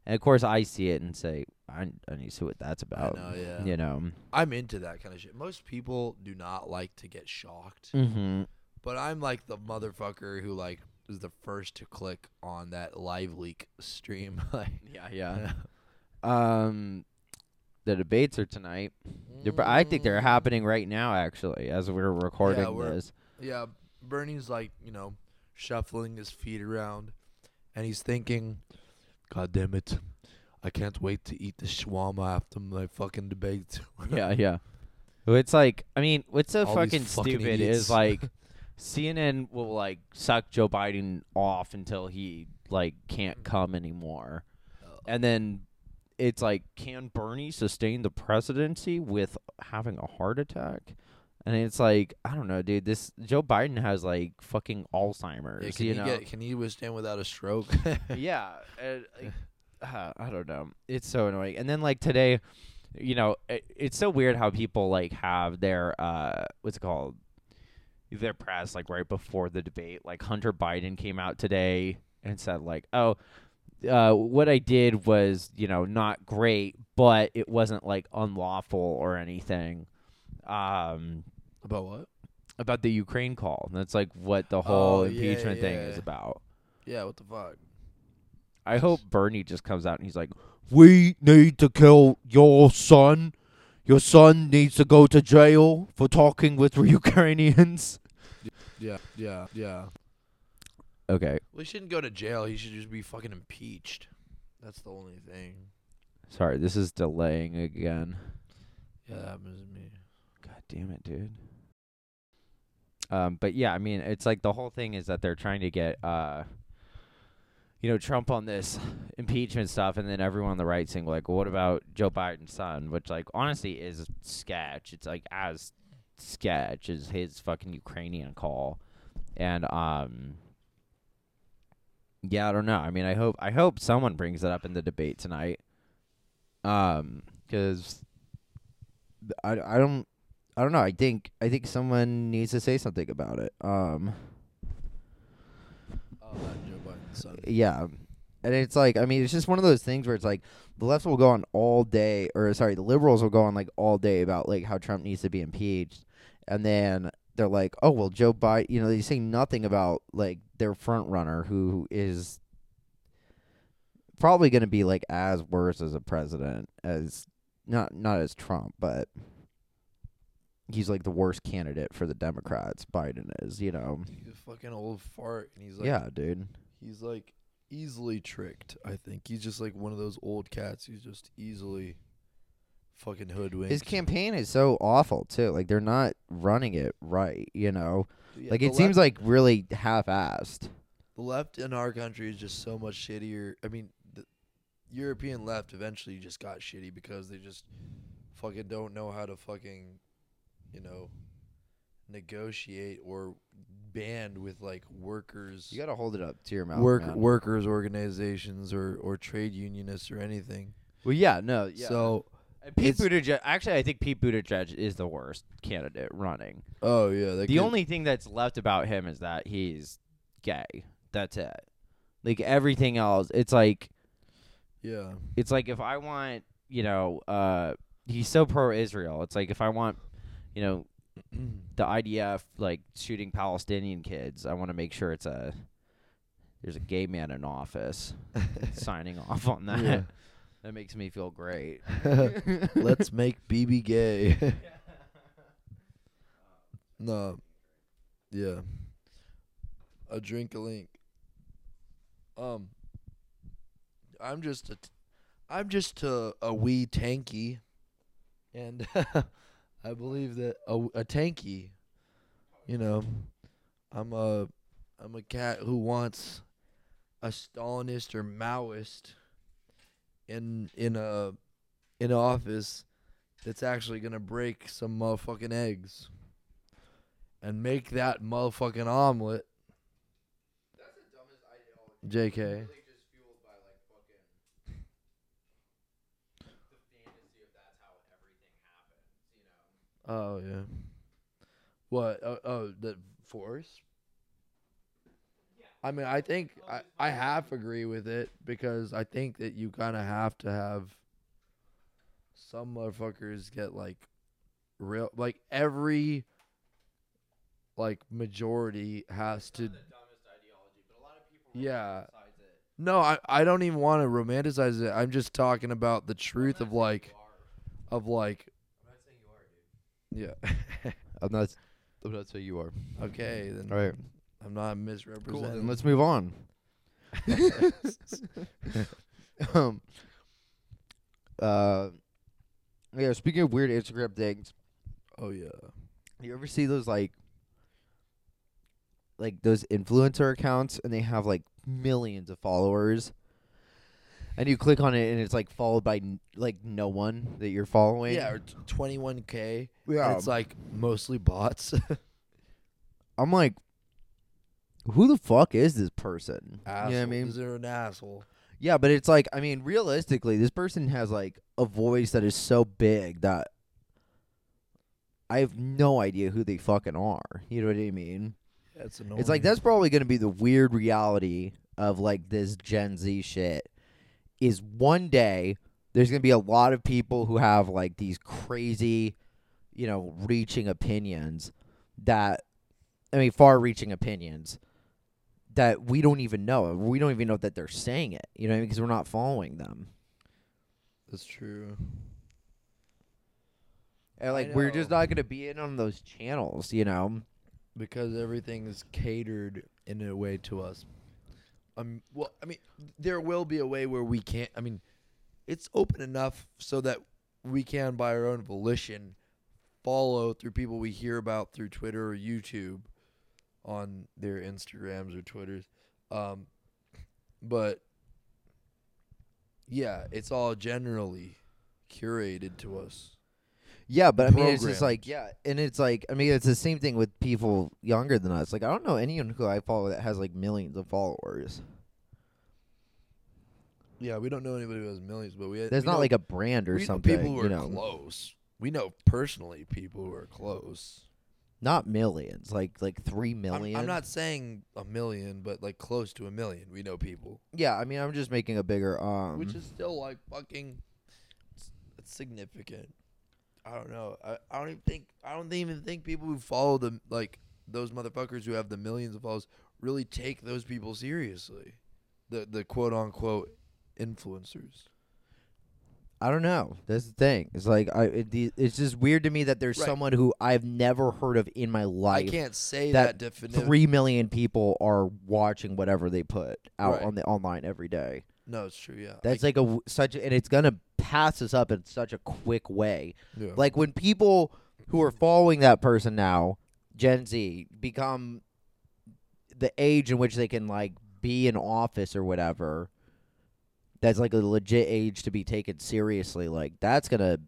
[SPEAKER 1] and of course I see it and say, I, I need to see what that's about.
[SPEAKER 2] know, yeah.
[SPEAKER 1] You know.
[SPEAKER 2] I'm into that kind of shit. Most people do not like to get shocked,
[SPEAKER 1] Mm-hmm.
[SPEAKER 2] but I'm like the motherfucker who like is the first to click on that live leak stream. like,
[SPEAKER 1] Yeah, yeah. Um, the debates are tonight. They're, but I think they're
[SPEAKER 2] Mm.
[SPEAKER 1] happening right now, actually, as we're recording
[SPEAKER 2] we're-
[SPEAKER 1] this.
[SPEAKER 2] Yeah, Bernie's like, you know, shuffling his feet around and he's thinking, God damn it. I can't wait to eat the shawarma after my fucking debate.
[SPEAKER 1] yeah, yeah. Well, It's like, I mean, what's so
[SPEAKER 2] All these
[SPEAKER 1] fucking,
[SPEAKER 2] fucking
[SPEAKER 1] stupid
[SPEAKER 2] idiots.
[SPEAKER 1] is like, CNN will like suck Joe Biden off until he like
[SPEAKER 2] Mm.
[SPEAKER 1] can't come anymore,
[SPEAKER 2] Oh.
[SPEAKER 1] and then it's like, can Bernie sustain the presidency with having a heart attack? And it's like, I don't know, dude. This Joe Biden has like fucking Alzheimer's.
[SPEAKER 2] Yeah, can,
[SPEAKER 1] you
[SPEAKER 2] he
[SPEAKER 1] know?
[SPEAKER 2] get, can he withstand without a stroke?
[SPEAKER 1] yeah, and, like, uh, I don't know. It's so annoying. And then like today, you know, it, it's so weird how people like have their uh, what's it called, their press like right before the debate. Like Hunter Biden came out today and said like, oh. Uh, what I did was, you know, not great, but it wasn't like unlawful or anything. Um,
[SPEAKER 2] About what?
[SPEAKER 1] about the Ukraine call, that's like what the whole
[SPEAKER 2] Oh, yeah,
[SPEAKER 1] impeachment thing
[SPEAKER 2] yeah.
[SPEAKER 1] is about.
[SPEAKER 2] Yeah, what the fuck?
[SPEAKER 1] I hope Bernie just comes out and he's like, "We need to kill your son. Your son needs to go to jail for talking with Ukrainians."
[SPEAKER 2] Yeah, yeah, yeah.
[SPEAKER 1] Okay.
[SPEAKER 2] Well, he shouldn't go to jail. He should just be fucking impeached. That's the only thing.
[SPEAKER 1] Sorry, this is delaying again.
[SPEAKER 2] Yeah, that happens to me.
[SPEAKER 1] God damn it, dude. Um, but yeah, I mean, it's like the whole thing is that they're trying to get, uh, you know, Trump on this impeachment stuff, and then everyone on the right saying like, "What about Joe Biden's son?" Which, like, honestly, is sketch. It's like as sketch as his fucking Ukrainian call, and um, yeah, I don't know. I mean, I hope I hope someone brings it up in the debate tonight, um, because I I don't I don't know. I think I think someone needs to say something about it. Um,
[SPEAKER 2] Oh, that Joe Biden's son.
[SPEAKER 1] yeah, and it's like I mean, it's just one of those things where it's like the left will go on all day, or sorry, the liberals will go on like all day about like how Trump needs to be impeached, and then they're like, oh well, Joe Biden. You know, they say nothing about like their front runner who is probably going to be like as worse as a president as not not as Trump, but he's like the worst candidate for the Democrats. Biden is, you know.
[SPEAKER 2] He's a fucking old fart, and he's like,
[SPEAKER 1] yeah, dude.
[SPEAKER 2] he's like easily tricked. I think he's just like one of those old cats who's just easily fucking hoodwinked.
[SPEAKER 1] His campaign is so awful too. Like they're not running it right, you know.
[SPEAKER 2] Yeah,
[SPEAKER 1] Like
[SPEAKER 2] the
[SPEAKER 1] it seems
[SPEAKER 2] left-
[SPEAKER 1] like really half-assed.
[SPEAKER 2] the left in our country is just so much shittier. I mean, the European left eventually just got shitty because they just fucking don't know how to fucking, you know, negotiate or band with like workers.
[SPEAKER 1] You got to hold it up to your mouth.
[SPEAKER 2] work
[SPEAKER 1] Oh, man.
[SPEAKER 2] workers organizations or or trade unionists or anything.
[SPEAKER 1] Well, yeah, no, yeah.
[SPEAKER 2] So
[SPEAKER 1] Uh, Pete
[SPEAKER 2] it's-
[SPEAKER 1] Buttigieg. Actually, I think Pete Buttigieg is the worst candidate running.
[SPEAKER 2] oh yeah, that
[SPEAKER 1] The
[SPEAKER 2] could-
[SPEAKER 1] only thing that's left about him is that he's gay. That's it. Like everything else, it's like
[SPEAKER 2] yeah
[SPEAKER 1] it's like if I want, you know, uh, he's so pro Israel. It's like if I want, you know, the IDF like shooting Palestinian kids, I want to make sure it's a there's a gay man in office signing off on that.
[SPEAKER 2] Yeah.
[SPEAKER 1] That makes me feel great.
[SPEAKER 2] let's make BB gay. no, yeah, I drink a link. Um, I'm just a, t- I'm just a, a wee tanky, and I believe that a, w- a tanky, you know, I'm a, I'm a cat who wants a Stalinist or Maoist in in a in office that's actually gonna break some motherfucking eggs and make that motherfucking omelet. JK. Oh yeah. What? Oh, oh the force. I mean, I think I, I half agree with it because I think that you kind of have to have some motherfuckers get like real like every like majority has to Yeah. No, I, I don't even want to romanticize it. I'm just talking about the truth of like of like Yeah.
[SPEAKER 1] I'm not. I'm not saying you are.
[SPEAKER 2] okay, then
[SPEAKER 1] All right.
[SPEAKER 2] I'm not
[SPEAKER 1] Cool.
[SPEAKER 2] misrepresenting.
[SPEAKER 1] Then let's move on. um. Uh. Yeah. Speaking of weird Instagram things,
[SPEAKER 2] oh yeah.
[SPEAKER 1] You ever see those like like those influencer accounts and they have like millions of followers? And you click on it and it's like followed by n- like no one that you're following.
[SPEAKER 2] Yeah, or t- 21k.
[SPEAKER 1] Yeah.
[SPEAKER 2] And it's like mostly bots.
[SPEAKER 1] I'm like who the fuck is this person?
[SPEAKER 2] asshole.
[SPEAKER 1] You know what I mean?
[SPEAKER 2] Is there an asshole?
[SPEAKER 1] Yeah, but it's like I mean realistically, this person has like a voice that is so big that I have no idea who they fucking are. You know what I mean?
[SPEAKER 2] That's annoying.
[SPEAKER 1] It's like that's probably going to be the weird reality of like this Gen Z shit. Is one day there's going to be a lot of people who have like these crazy, you know, reaching opinions that, I mean, far reaching opinions that we don't even know. We don't even know that they're saying it, you know, because we're not following them.
[SPEAKER 2] That's true.
[SPEAKER 1] And
[SPEAKER 2] I
[SPEAKER 1] like, we're just
[SPEAKER 2] know.
[SPEAKER 1] not going to be in on those channels, you know?
[SPEAKER 2] Because everything is catered in a way to us I'm well. I mean, there will be a way where we can't. I mean, it's open enough so that we can, by our own volition, follow through people we hear about through Twitter or YouTube, on their Instagrams or Twitters. Um, but yeah, it's all generally curated to us.
[SPEAKER 1] Yeah, but I mean, it's just
[SPEAKER 2] Programmed.
[SPEAKER 1] like yeah, and it's like I mean, it's the same thing with people younger than us. Like I don't know anyone who I follow that has like millions of followers.
[SPEAKER 2] Uh, Yeah, we don't know anybody who has millions, but we
[SPEAKER 1] There's
[SPEAKER 2] we
[SPEAKER 1] not
[SPEAKER 2] know-
[SPEAKER 1] like a brand or
[SPEAKER 2] we know
[SPEAKER 1] something.
[SPEAKER 2] People who
[SPEAKER 1] you
[SPEAKER 2] are
[SPEAKER 1] know,
[SPEAKER 2] close. We know personally people who are close.
[SPEAKER 1] not millions, like like three
[SPEAKER 2] I'm-
[SPEAKER 1] million.
[SPEAKER 2] I'm, not saying a million, but like close to a million. We know people,
[SPEAKER 1] Yeah, I mean, I'm just making a bigger um.
[SPEAKER 2] which is still like fucking. It's, it's significant. I don't know. I, I don't even think. I don't even think people who follow them like those motherfuckers who have the millions of followers really take those people seriously. The the quote unquote influencers.
[SPEAKER 1] I don't know. That's the thing. It's like I. It, the- it's just weird to me that there's
[SPEAKER 2] Right.
[SPEAKER 1] someone who I've never heard of in my
[SPEAKER 2] I
[SPEAKER 1] life.
[SPEAKER 2] can't say
[SPEAKER 1] that
[SPEAKER 2] that, definitively.
[SPEAKER 1] Three million people are watching whatever they put out
[SPEAKER 2] Right.
[SPEAKER 1] on the online every day.
[SPEAKER 2] No, it's true. Yeah,
[SPEAKER 1] That's like a w- such, and it's gonna pass us up in such a quick way.
[SPEAKER 2] yeah.
[SPEAKER 1] Like when people who are following that person now, Gen Z, become the age in which they can like be in office or whatever. That's like a legit age to be taken seriously. Like that's gonna,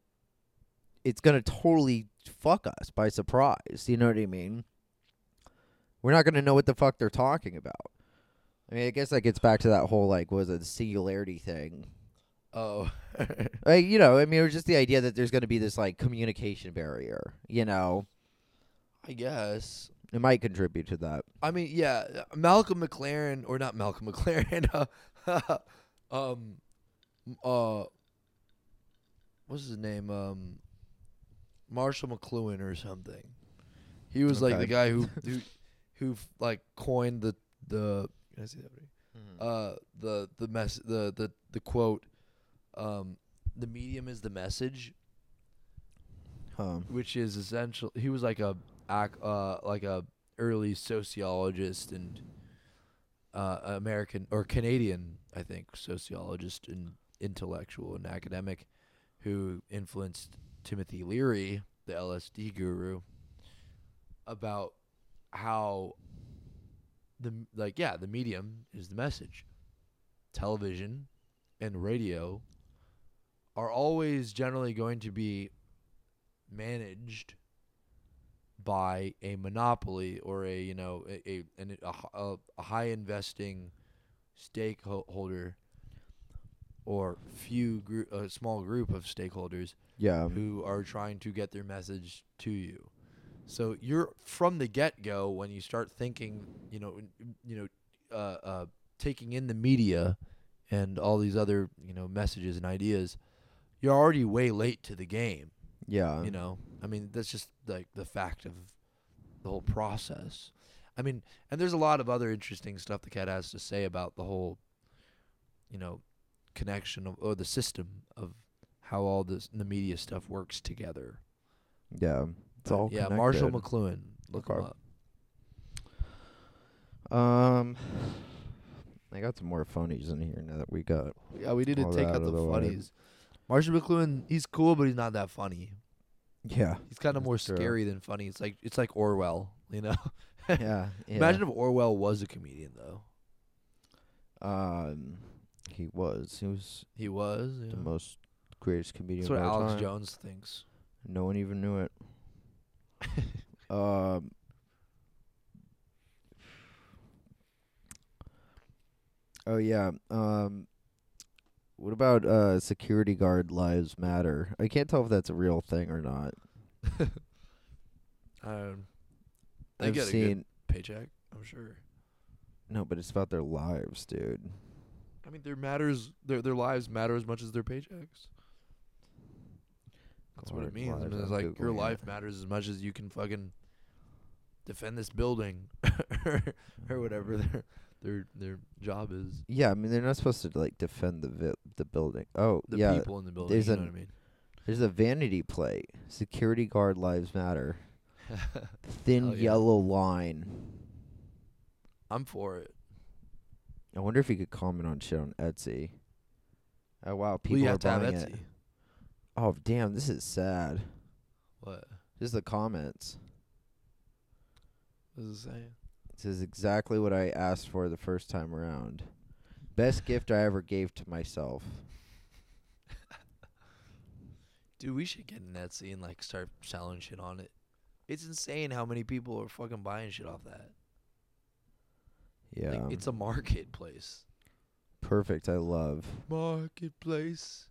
[SPEAKER 1] it's gonna totally fuck us by surprise. You know what I mean? We're not gonna know what the fuck they're talking about. I mean, I guess that gets back to that whole like, was it the singularity thing?
[SPEAKER 2] oh,
[SPEAKER 1] Like, you know, I mean, it was just the idea that there's going to be this like communication barrier. You know,
[SPEAKER 2] I guess.
[SPEAKER 1] it might contribute to that.
[SPEAKER 2] I mean, yeah, Malcolm McLaren or not Malcolm McLaren. uh, um, uh, what's his name? Um, Marshall McLuhan or something. He was like the
[SPEAKER 1] Okay.
[SPEAKER 2] guy who who, who like coined the the. Can I say that right?
[SPEAKER 1] Mm-hmm.
[SPEAKER 2] Uh, the the mess the the the quote. Um, the medium is the message,
[SPEAKER 1] Huh.
[SPEAKER 2] which is essential. He was like a ac- uh, like a early sociologist and uh, American or Canadian, I think, sociologist and intellectual and academic who influenced Timothy Leary, the LSD guru, about how the m- like yeah the medium is the message. Television and radio are always generally going to be managed by a monopoly or a you know a a, an, a, h- a- a high investing stakeholder or few group a small group of stakeholders
[SPEAKER 1] Yeah.
[SPEAKER 2] who are trying to get their message to you so you're from the get-go when you start thinking you know n- you know uh, uh, taking in the media and all these other you know messages and ideas you're already way late to the game
[SPEAKER 1] Yeah.
[SPEAKER 2] you know i mean that's just like the fact of the whole process i mean and there's a lot of other interesting stuff the cat has to say about the whole you know connection of, or the system of how all this the media stuff works together
[SPEAKER 1] yeah. It's all
[SPEAKER 2] yeah marshall
[SPEAKER 1] connected.
[SPEAKER 2] mcluhan look him
[SPEAKER 1] Okay.
[SPEAKER 2] up
[SPEAKER 1] Um, I got some more phonies in here now that we got.
[SPEAKER 2] yeah we need
[SPEAKER 1] to All take that out out of the the way. funnies.
[SPEAKER 2] funnies marshall mcluhan he's cool but he's not that funny
[SPEAKER 1] Yeah.
[SPEAKER 2] he's kind of
[SPEAKER 1] That's
[SPEAKER 2] more
[SPEAKER 1] true.
[SPEAKER 2] scary than funny it's like it's like orwell you know
[SPEAKER 1] yeah. yeah.
[SPEAKER 2] imagine if orwell was a comedian though
[SPEAKER 1] Um, he was. He was
[SPEAKER 2] he was yeah.
[SPEAKER 1] the most greatest comedian.
[SPEAKER 2] That's what
[SPEAKER 1] of our
[SPEAKER 2] Alex
[SPEAKER 1] time.
[SPEAKER 2] Jones thinks.
[SPEAKER 1] No one even knew it. um, oh yeah. Um, what about uh, security guard lives matter? I can't tell if that's a real thing or not.
[SPEAKER 2] Um, they
[SPEAKER 1] I've
[SPEAKER 2] get a good
[SPEAKER 1] seen
[SPEAKER 2] paycheck, I'm sure.
[SPEAKER 1] no, but it's about their lives, dude.
[SPEAKER 2] I mean, their matters, their their lives matter as much as their paychecks. That's what
[SPEAKER 1] Guard
[SPEAKER 2] it means. I
[SPEAKER 1] lives,
[SPEAKER 2] mean, it's
[SPEAKER 1] I'm
[SPEAKER 2] like your
[SPEAKER 1] Googling it.
[SPEAKER 2] life matters as much as you can fucking defend this building or whatever their their their job is.
[SPEAKER 1] Yeah, I mean they're not supposed to like defend the vi- the building. Oh
[SPEAKER 2] The
[SPEAKER 1] yeah,
[SPEAKER 2] people in the building.
[SPEAKER 1] there's
[SPEAKER 2] You know
[SPEAKER 1] an-
[SPEAKER 2] what I mean?
[SPEAKER 1] there's a vanity plate. Security guard lives matter. Thin
[SPEAKER 2] Hell yeah.
[SPEAKER 1] yellow line.
[SPEAKER 2] I'm for it.
[SPEAKER 1] I wonder if you could comment on shit on Etsy. Oh wow,
[SPEAKER 2] Well,
[SPEAKER 1] people
[SPEAKER 2] you
[SPEAKER 1] are
[SPEAKER 2] have to have
[SPEAKER 1] buying
[SPEAKER 2] Etsy.
[SPEAKER 1] it. Oh damn, this is sad.
[SPEAKER 2] What?
[SPEAKER 1] Just the comments.
[SPEAKER 2] What is it saying?
[SPEAKER 1] This is exactly what I asked for the first time around. Best gift I ever gave to myself.
[SPEAKER 2] Dude, we should get an Etsy and like start selling shit on it. It's insane how many people are fucking buying shit off that.
[SPEAKER 1] Yeah,
[SPEAKER 2] Like, it's a marketplace.
[SPEAKER 1] perfect. I love.
[SPEAKER 2] Marketplace.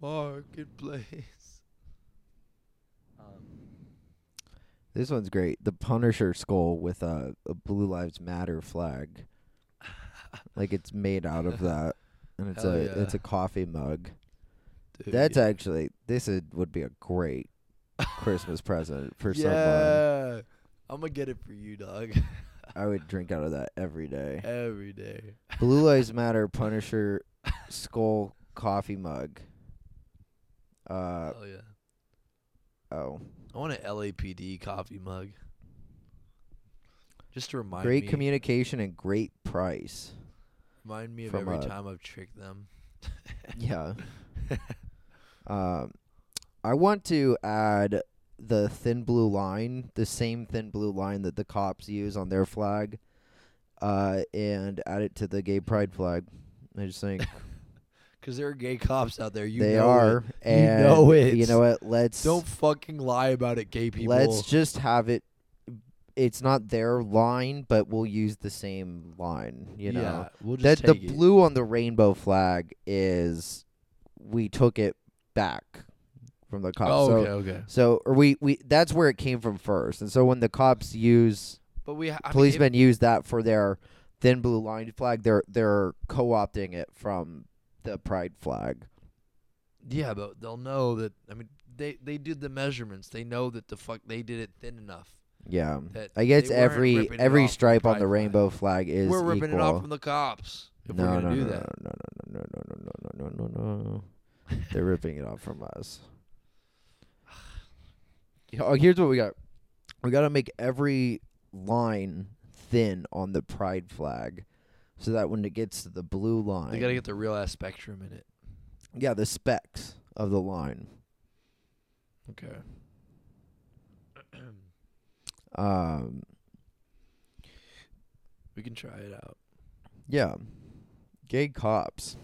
[SPEAKER 2] Marketplace.
[SPEAKER 1] This one's great. The Punisher skull with a, a Blue Lives Matter flag. like it's made out of that, and it's
[SPEAKER 2] Hell
[SPEAKER 1] a
[SPEAKER 2] yeah.
[SPEAKER 1] it's a coffee mug.
[SPEAKER 2] Dude,
[SPEAKER 1] That's
[SPEAKER 2] yeah.
[SPEAKER 1] actually this is, would be a great Christmas present for someone.
[SPEAKER 2] yeah. I'm gonna get it for you, dog.
[SPEAKER 1] I would drink out of that every day.
[SPEAKER 2] Every day.
[SPEAKER 1] Blue Lives Matter Punisher skull coffee mug. Uh
[SPEAKER 2] Hell yeah.
[SPEAKER 1] oh.
[SPEAKER 2] I want an LAPD coffee mug. Just to remind
[SPEAKER 1] Great
[SPEAKER 2] me,
[SPEAKER 1] communication and great price.
[SPEAKER 2] remind me of
[SPEAKER 1] from
[SPEAKER 2] every
[SPEAKER 1] a-
[SPEAKER 2] time I've tricked them.
[SPEAKER 1] Yeah. um I want to add the thin blue line, the same thin blue line that the cops use on their flag, uh, and add it to the gay pride flag. I just think
[SPEAKER 2] Because there are gay cops out there. You
[SPEAKER 1] they
[SPEAKER 2] know it.
[SPEAKER 1] are, and
[SPEAKER 2] know it.
[SPEAKER 1] You know what? Let's
[SPEAKER 2] Don't fucking lie about it, gay people.
[SPEAKER 1] Let's just have it. It's not their line, but we'll use the same line. You know
[SPEAKER 2] yeah, we'll
[SPEAKER 1] that
[SPEAKER 2] just
[SPEAKER 1] the
[SPEAKER 2] take it.
[SPEAKER 1] blue on the rainbow flag is we took it back from the cops.
[SPEAKER 2] Oh,
[SPEAKER 1] so,
[SPEAKER 2] okay, okay.
[SPEAKER 1] so or we we that's where it came from first. And so when the cops use
[SPEAKER 2] But we ha- I mean, if-
[SPEAKER 1] policemen use that for their thin blue line flag, they're they're co-opting it from the pride flag.
[SPEAKER 2] yeah, but they'll know that. I mean, they they did the measurements. They know that the fuck they did it thin enough.
[SPEAKER 1] Yeah.
[SPEAKER 2] That
[SPEAKER 1] I guess
[SPEAKER 2] they weren't
[SPEAKER 1] every
[SPEAKER 2] ripping it
[SPEAKER 1] every
[SPEAKER 2] off from
[SPEAKER 1] stripe on
[SPEAKER 2] pride
[SPEAKER 1] the
[SPEAKER 2] flag.
[SPEAKER 1] rainbow flag is
[SPEAKER 2] We're ripping
[SPEAKER 1] equal.
[SPEAKER 2] it off from the cops if
[SPEAKER 1] no,
[SPEAKER 2] we're gonna
[SPEAKER 1] no,
[SPEAKER 2] do
[SPEAKER 1] no,
[SPEAKER 2] that.
[SPEAKER 1] no, no, no, no, no, no, no, no, no, no. They're ripping it off from us. Yeah, Oh, here's what we got. We got to make every line thin on the pride flag, so that when it gets to the blue line,
[SPEAKER 2] They gotta get the real ass spectrum in it.
[SPEAKER 1] yeah the specs of the line.
[SPEAKER 2] Okay.
[SPEAKER 1] Um,
[SPEAKER 2] we can try it out.
[SPEAKER 1] yeah, gay cops.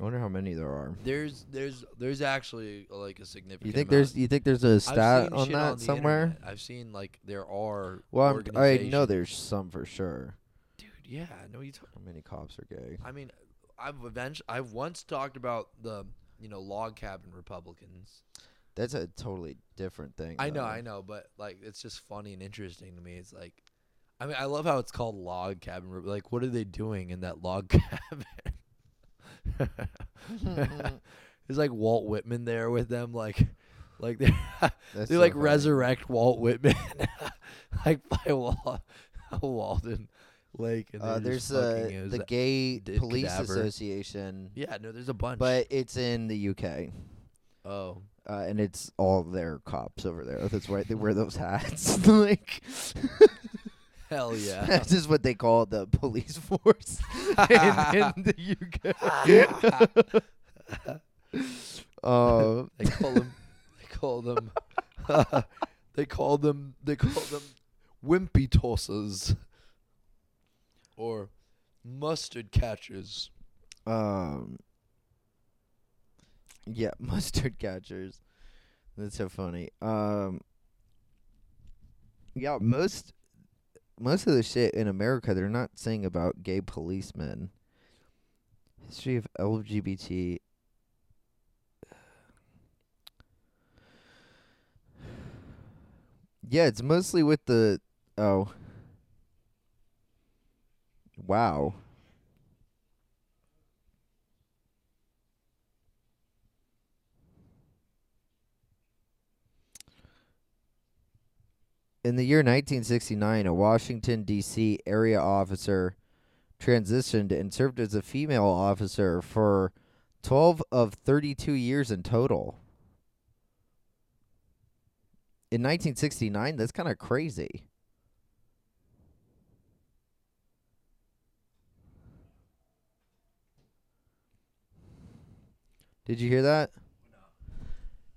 [SPEAKER 1] I wonder how many there are.
[SPEAKER 2] There's there's there's actually uh, like a significant.
[SPEAKER 1] You think
[SPEAKER 2] amount.
[SPEAKER 1] there's you think there's a
[SPEAKER 2] I've
[SPEAKER 1] stat
[SPEAKER 2] seen
[SPEAKER 1] on
[SPEAKER 2] shit
[SPEAKER 1] that
[SPEAKER 2] the
[SPEAKER 1] somewhere?
[SPEAKER 2] internet. I've seen like there are.
[SPEAKER 1] Well, I'm, I know
[SPEAKER 2] organizations-
[SPEAKER 1] there's some for sure.
[SPEAKER 2] Dude, yeah, I know you. Talk-
[SPEAKER 1] How many cops are gay?
[SPEAKER 2] I mean, I've eventually, I've once talked about the you know log cabin Republicans.
[SPEAKER 1] That's a totally different thing.
[SPEAKER 2] I know,
[SPEAKER 1] though.
[SPEAKER 2] I know, but like it's just funny and interesting to me. It's like, I mean, I love how it's called log cabin. Re- Like, what are they doing in that log cabin? it's like Walt Whitman there with them, like, like they're
[SPEAKER 1] That's
[SPEAKER 2] they
[SPEAKER 1] so
[SPEAKER 2] like
[SPEAKER 1] funny.
[SPEAKER 2] resurrect Walt Whitman, like by Wal- Walden Lake. And
[SPEAKER 1] Uh,
[SPEAKER 2] they're just
[SPEAKER 1] there's uh,
[SPEAKER 2] fucking- it was
[SPEAKER 1] the
[SPEAKER 2] a-
[SPEAKER 1] Gay
[SPEAKER 2] did
[SPEAKER 1] Police
[SPEAKER 2] cadaver.
[SPEAKER 1] Association,
[SPEAKER 2] yeah, no, there's a bunch.
[SPEAKER 1] but Uh, it's in the UK,
[SPEAKER 2] oh,
[SPEAKER 1] uh, and it's all their cops over there. That's why they wear those hats. like
[SPEAKER 2] hell yeah.
[SPEAKER 1] that's just what they call the police force in, in the UK. Uh,
[SPEAKER 2] They call them. They call them. they call them. They call them wimpy tossers, or mustard catchers.
[SPEAKER 1] Um. Yeah, mustard catchers. That's so funny. Um. Yeah, most most of the shit in America they're not saying about gay policemen. History of LGBT. Yeah, it's mostly with the oh. Wow. In the year 1969, a Washington, D.C. area officer transitioned and served as a female officer for 12 of 32 years in total. In 1969, that's kind of crazy. Did you hear that?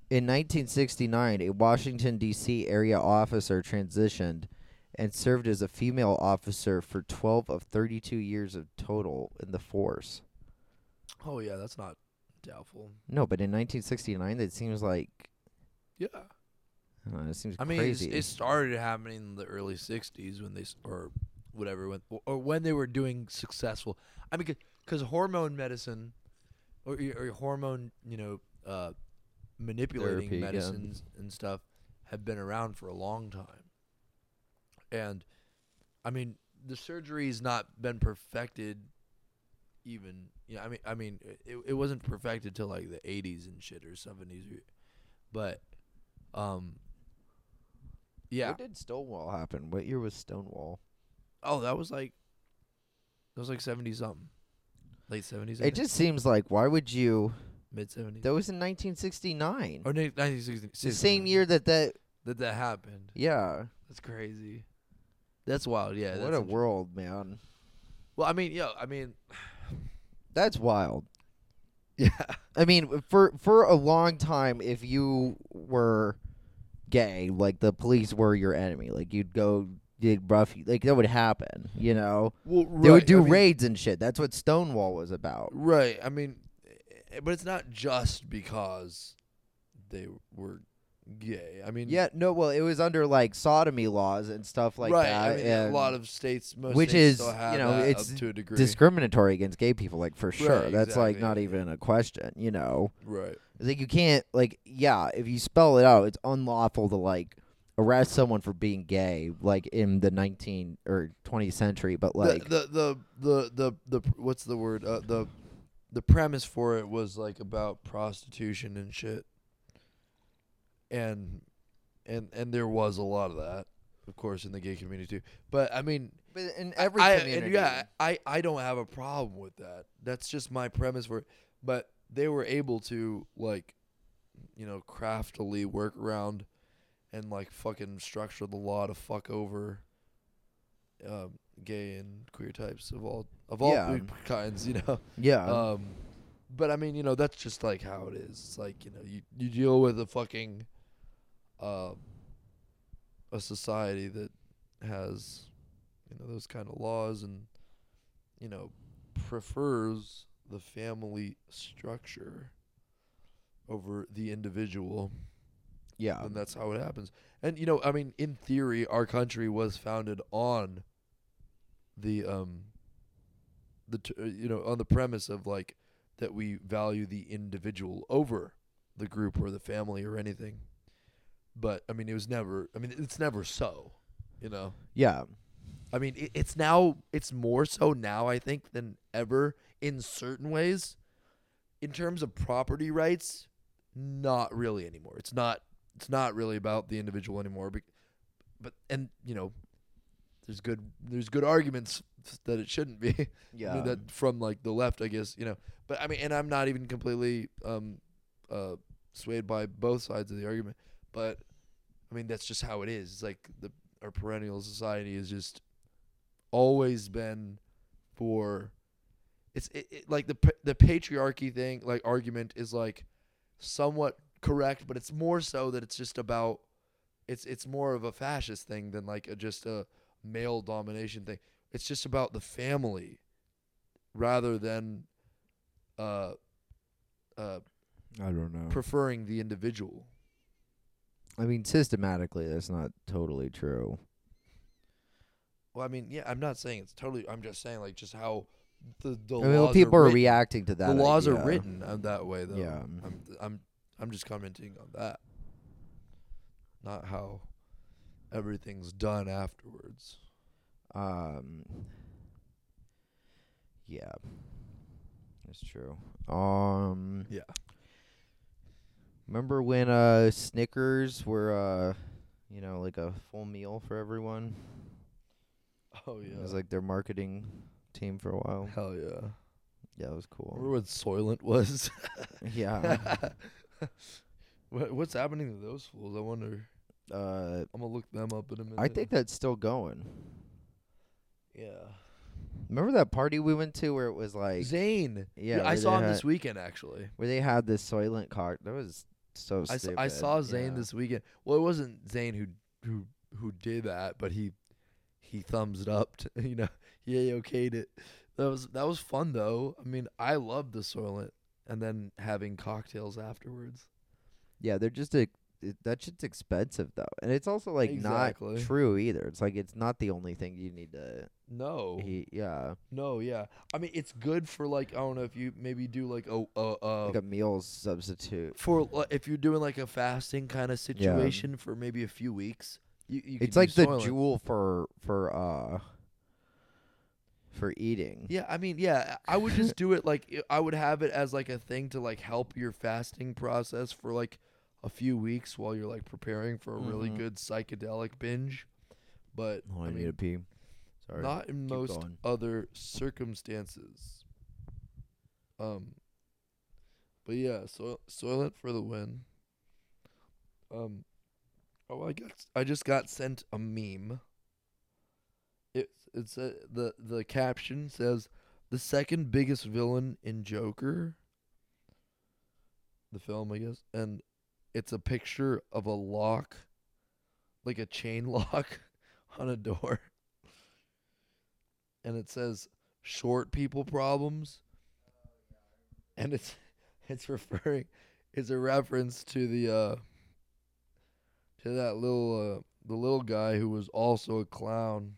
[SPEAKER 1] In 1969, a Washington, D.C. area officer transitioned and served as a female officer for 12 of 32 years of total in the force.
[SPEAKER 2] Oh yeah, that's not doubtful.
[SPEAKER 1] No, but in 1969, that seems like.
[SPEAKER 2] Yeah,
[SPEAKER 1] I don't know, it seems
[SPEAKER 2] I mean, it's,
[SPEAKER 1] crazy.
[SPEAKER 2] it started happening in the early '60s when they s- or whatever when or when they were doing successful. I mean, because hormone medicine or, y- or hormone, you know, uh, manipulating
[SPEAKER 1] Therapy, yeah.
[SPEAKER 2] medicines and stuff have been around for a long time. And I mean, the surgery's not been perfected. Even you know, I mean, I mean, it, it wasn't perfected till like the '80s and shit or '70s, but um, yeah.
[SPEAKER 1] When did Stonewall happen? What year was Stonewall?
[SPEAKER 2] Oh, that was like that was like seventy something, late seventies.
[SPEAKER 1] It just seems like why would you?
[SPEAKER 2] mid seventies
[SPEAKER 1] That was in 1969.
[SPEAKER 2] or nineteen sixty.
[SPEAKER 1] the same year that that
[SPEAKER 2] that that happened.
[SPEAKER 1] yeah.
[SPEAKER 2] That's crazy. That's wild. Yeah.
[SPEAKER 1] what
[SPEAKER 2] that's
[SPEAKER 1] a
[SPEAKER 2] int-
[SPEAKER 1] world, man.
[SPEAKER 2] Well, I mean, yeah. I mean,
[SPEAKER 1] That's wild.
[SPEAKER 2] yeah.
[SPEAKER 1] I mean, for for a long time, if you were gay, like the police were your enemy. Like you'd go did rough, like that would happen. You know,
[SPEAKER 2] Well,
[SPEAKER 1] they would do raids and shit. That's what Stonewall was about.
[SPEAKER 2] Right. I mean, eh, but it's not just because they were gay. I mean,
[SPEAKER 1] Yeah, no, well, it was under like sodomy laws and stuff like
[SPEAKER 2] right.
[SPEAKER 1] that.
[SPEAKER 2] I mean, a
[SPEAKER 1] and
[SPEAKER 2] lot of states, most
[SPEAKER 1] which
[SPEAKER 2] states
[SPEAKER 1] is,
[SPEAKER 2] still have
[SPEAKER 1] you know,
[SPEAKER 2] that
[SPEAKER 1] it's
[SPEAKER 2] up to a degree.
[SPEAKER 1] discriminatory against gay people, like for sure.
[SPEAKER 2] Right,
[SPEAKER 1] That's like
[SPEAKER 2] exactly,
[SPEAKER 1] not
[SPEAKER 2] yeah.
[SPEAKER 1] even a question. You know,
[SPEAKER 2] right.
[SPEAKER 1] It's Like you can't like yeah, if you spell it out, it's unlawful to like arrest someone for being gay, like in the nineteen or twentieth century, but like
[SPEAKER 2] the, the the the the the what's the word uh, the the premise for it was like about prostitution and shit and and and there was a lot of that of course in the gay community too but i mean
[SPEAKER 1] but in
[SPEAKER 2] I-
[SPEAKER 1] every
[SPEAKER 2] I, and
[SPEAKER 1] community.
[SPEAKER 2] yeah i i don't have a problem with that that's just my premise for it but they were able to like you know craftily work around and like fucking structure the law to fuck over um, gay and queer types of all of all
[SPEAKER 1] Yeah.
[SPEAKER 2] kinds you know
[SPEAKER 1] Yeah.
[SPEAKER 2] um but i mean you know that's just like how it is it's like you know you, you deal with a fucking um a society that has you know those kind of laws and you know prefers the family structure over the individual
[SPEAKER 1] yeah.
[SPEAKER 2] and that's how it happens. And you know, I mean, in theory, our country was founded on the um the t- uh, you know on the premise of like that we value the individual over the group or the family or anything. But I mean, it was never. I mean, it's never so. You know.
[SPEAKER 1] Yeah.
[SPEAKER 2] I mean, it, it's now, it's more so now, I think, than ever in certain ways. In terms of property rights, not really anymore. It's not, it's not really about the individual anymore. But, but and you know, there's good, there's good arguments that it shouldn't be.
[SPEAKER 1] Yeah.
[SPEAKER 2] I mean, that from like the left, I guess you know. But I mean, and I'm not even completely um, uh, swayed by both sides of the argument. But I mean, that's just how it is. It's like the our perennial society has just always been for. It's it, it, like the pa- the patriarchy thing, like argument is like somewhat correct, but it's more so that it's just about it's it's more of a fascist thing than like a, just a male domination thing. It's just about the family rather than uh, uh,
[SPEAKER 1] I don't know.
[SPEAKER 2] preferring the individual.
[SPEAKER 1] I mean systematically that's not totally true.
[SPEAKER 2] Well, I mean, yeah, I'm not saying it's totally. I'm just saying like just how the the
[SPEAKER 1] I mean well,
[SPEAKER 2] laws
[SPEAKER 1] people are,
[SPEAKER 2] written.
[SPEAKER 1] reacting to that.
[SPEAKER 2] The laws
[SPEAKER 1] idea.
[SPEAKER 2] are written uh, that way though.
[SPEAKER 1] Yeah.
[SPEAKER 2] I'm I'm I'm just commenting on that, not how everything's done afterwards.
[SPEAKER 1] Um Yeah. That's true. Um
[SPEAKER 2] Yeah.
[SPEAKER 1] Remember when uh Snickers were uh you know like a full meal for everyone?
[SPEAKER 2] Oh yeah.
[SPEAKER 1] It was like their marketing team for a while.
[SPEAKER 2] Hell yeah.
[SPEAKER 1] Yeah, it was
[SPEAKER 2] Remember
[SPEAKER 1] cool.
[SPEAKER 2] when Soylent was?
[SPEAKER 1] yeah.
[SPEAKER 2] what, what's happening to those fools? I wonder.
[SPEAKER 1] Uh
[SPEAKER 2] I'm gonna look them up in a minute.
[SPEAKER 1] I think that's still going.
[SPEAKER 2] Yeah.
[SPEAKER 4] Remember that party we went to where it was like
[SPEAKER 2] Zane.
[SPEAKER 4] yeah,
[SPEAKER 2] I
[SPEAKER 4] where
[SPEAKER 2] saw
[SPEAKER 4] they
[SPEAKER 2] him
[SPEAKER 4] had-
[SPEAKER 2] this weekend actually.
[SPEAKER 4] where they had this Soylent card. That was so
[SPEAKER 2] I, s-
[SPEAKER 4] stupid.
[SPEAKER 2] I saw Zane
[SPEAKER 4] yeah.
[SPEAKER 2] this weekend. Well, it wasn't Zane who who who did that, but he he thumbs it up. To, you know, he okayed it. That was that was fun though. I mean, I loved the Soylent, and then having cocktails afterwards.
[SPEAKER 4] Yeah, they're just a it- that shit's expensive though, and it's also like
[SPEAKER 2] Exactly.
[SPEAKER 4] not true either. It's like it's not the only thing you need to
[SPEAKER 2] No,
[SPEAKER 4] eat. Yeah,
[SPEAKER 2] no, yeah. I mean, it's good for like I don't know if you maybe do like a a, a
[SPEAKER 4] like a meal substitute.
[SPEAKER 2] for li- if you're doing like a fasting kind of situation for maybe a few weeks. You, you
[SPEAKER 4] It's
[SPEAKER 2] could
[SPEAKER 4] like
[SPEAKER 2] do
[SPEAKER 4] the
[SPEAKER 2] Soylent.
[SPEAKER 4] jewel for for uh for eating.
[SPEAKER 2] Yeah, I mean, yeah, I would just do it like I- I would have it as like a thing to like help your fasting process for like a few weeks while you're like preparing for a really
[SPEAKER 4] Mhm.
[SPEAKER 2] good psychedelic binge. But
[SPEAKER 4] Oh, I,
[SPEAKER 2] I
[SPEAKER 4] need to
[SPEAKER 2] mean,
[SPEAKER 4] pee. Sorry.
[SPEAKER 2] not in
[SPEAKER 4] Keep
[SPEAKER 2] most
[SPEAKER 4] going.
[SPEAKER 2] other circumstances. Um, but yeah, so Soylent for the win. Um, oh, I got I just got sent a meme. It it's a, the the caption says the second biggest villain in Joker. The film, I guess, and it's a picture of a lock, like a chain lock, on a door and it says short people problems and it's it's referring it's a reference to the uh to that little uh the little guy who was also a clown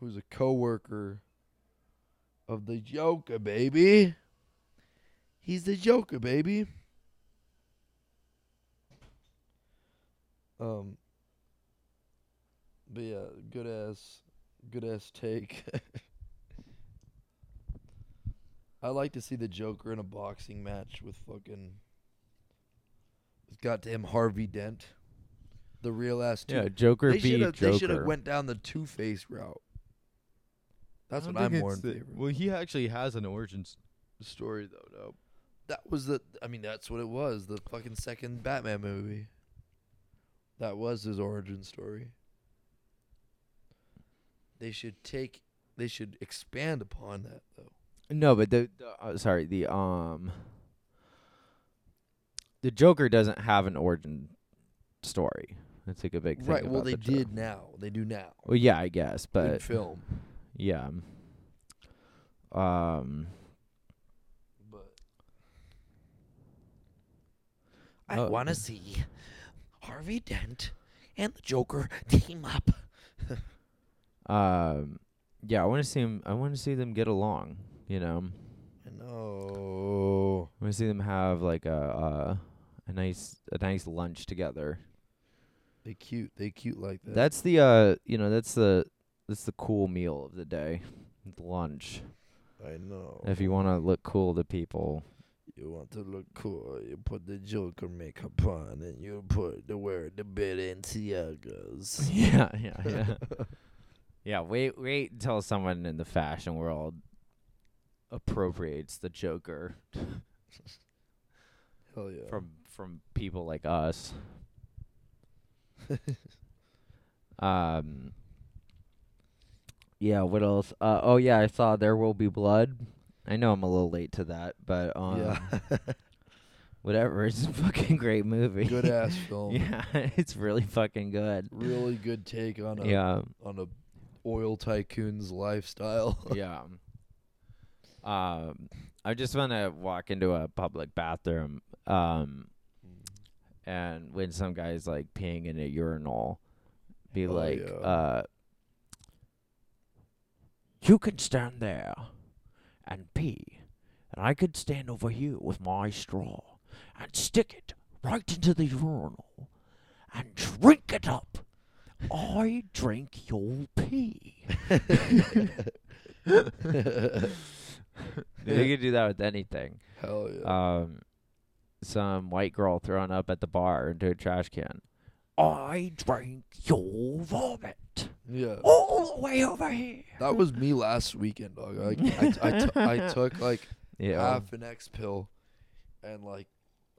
[SPEAKER 2] who's a coworker of the joker baby he's the joker baby um but yeah good ass good ass take. I like to see the Joker in a boxing match with fucking with goddamn Harvey Dent, the real ass. Two-
[SPEAKER 1] Yeah, Joker
[SPEAKER 2] they should
[SPEAKER 1] beat
[SPEAKER 2] have they should
[SPEAKER 1] Joker.
[SPEAKER 2] have went down the Two Face route. That's
[SPEAKER 1] I
[SPEAKER 2] what
[SPEAKER 1] don't
[SPEAKER 2] I'm
[SPEAKER 1] think
[SPEAKER 2] more in
[SPEAKER 1] it's the-
[SPEAKER 2] favor. of.
[SPEAKER 1] Well, he actually has an origin s- story though. No.
[SPEAKER 2] That was the. I mean, that's what it was. The fucking second Batman movie. That was his origin story. They should take. They should expand upon that though.
[SPEAKER 1] No, but the, the uh, sorry, the um the Joker doesn't have an origin story. That's like a big thing.
[SPEAKER 2] Right. Well,
[SPEAKER 1] about
[SPEAKER 2] they
[SPEAKER 1] the Jo-
[SPEAKER 2] did now. They do now.
[SPEAKER 1] Well, yeah, I guess,
[SPEAKER 2] in
[SPEAKER 1] but
[SPEAKER 2] film,
[SPEAKER 1] yeah. Um
[SPEAKER 2] but I
[SPEAKER 1] Oh.
[SPEAKER 2] want to see Harvey Dent and the Joker team up.
[SPEAKER 1] um yeah, I want to see him I want to see them get along, you know.
[SPEAKER 2] I know.
[SPEAKER 1] I want to see them have like a a, a nice a nice lunch together.
[SPEAKER 2] They cute. They cute like that.
[SPEAKER 1] That's the uh you know that's the that's the cool meal of the day, lunch.
[SPEAKER 2] I know.
[SPEAKER 1] If you want to look cool to people,
[SPEAKER 2] You want to look cool, you put the Joker makeup on, and you put the wear the Balenciagas.
[SPEAKER 1] yeah, yeah, yeah, yeah. Wait, wait until someone in the fashion world appropriates the Joker
[SPEAKER 2] Hell yeah.
[SPEAKER 1] from from people like us. um. Yeah. What else? Uh, oh yeah, I saw there will be blood. I know I'm a little late to that, but um,
[SPEAKER 2] yeah.
[SPEAKER 1] whatever. It's a fucking great movie.
[SPEAKER 2] good ass film.
[SPEAKER 1] yeah, it's really fucking good.
[SPEAKER 2] Really good take on a
[SPEAKER 1] Yeah.
[SPEAKER 2] on a oil tycoon's lifestyle.
[SPEAKER 1] yeah. Um, I just want to walk into a public bathroom, um, and when some guy's like peeing in a urinal, be
[SPEAKER 2] Oh,
[SPEAKER 1] like,
[SPEAKER 2] yeah.
[SPEAKER 1] uh, "You can stand there and pee, and I could stand over here with my straw and stick it right into the urinal and drink it up. I drink your pee." They could do that with anything.
[SPEAKER 2] Hell yeah.
[SPEAKER 1] Um, some white girl thrown up at the bar into a trash can. I drank your vomit
[SPEAKER 2] yeah.
[SPEAKER 1] all the way over here.
[SPEAKER 2] Oh, That was me last weekend, dog. I I t- I t- I took like
[SPEAKER 1] Yeah.
[SPEAKER 2] half an X pill and like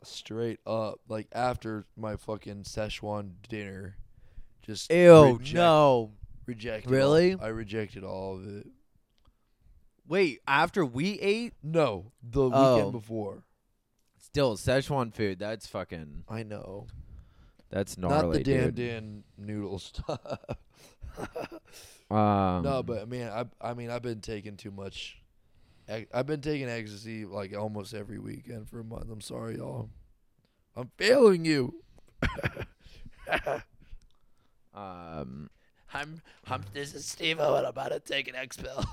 [SPEAKER 2] straight up like after my fucking Szechuan dinner just reject-
[SPEAKER 4] no.
[SPEAKER 2] rejected
[SPEAKER 4] Really?
[SPEAKER 2] all- I rejected all of it.
[SPEAKER 1] Wait, after we ate,
[SPEAKER 2] No, the
[SPEAKER 1] Oh.
[SPEAKER 2] weekend before.
[SPEAKER 1] still Szechuan food. That's fucking.
[SPEAKER 2] I know.
[SPEAKER 1] That's gnarly,
[SPEAKER 2] Not the Dan
[SPEAKER 1] dude.
[SPEAKER 2] Dan noodle stuff.
[SPEAKER 1] Um,
[SPEAKER 2] no, but man, I I mean I've been taking too much. ec- I've been taking ecstasy like almost every weekend for a month. I'm sorry, y'all. I'm failing you.
[SPEAKER 1] um,
[SPEAKER 5] I'm, I'm, this is Steve O, and I'm about to take an X pill.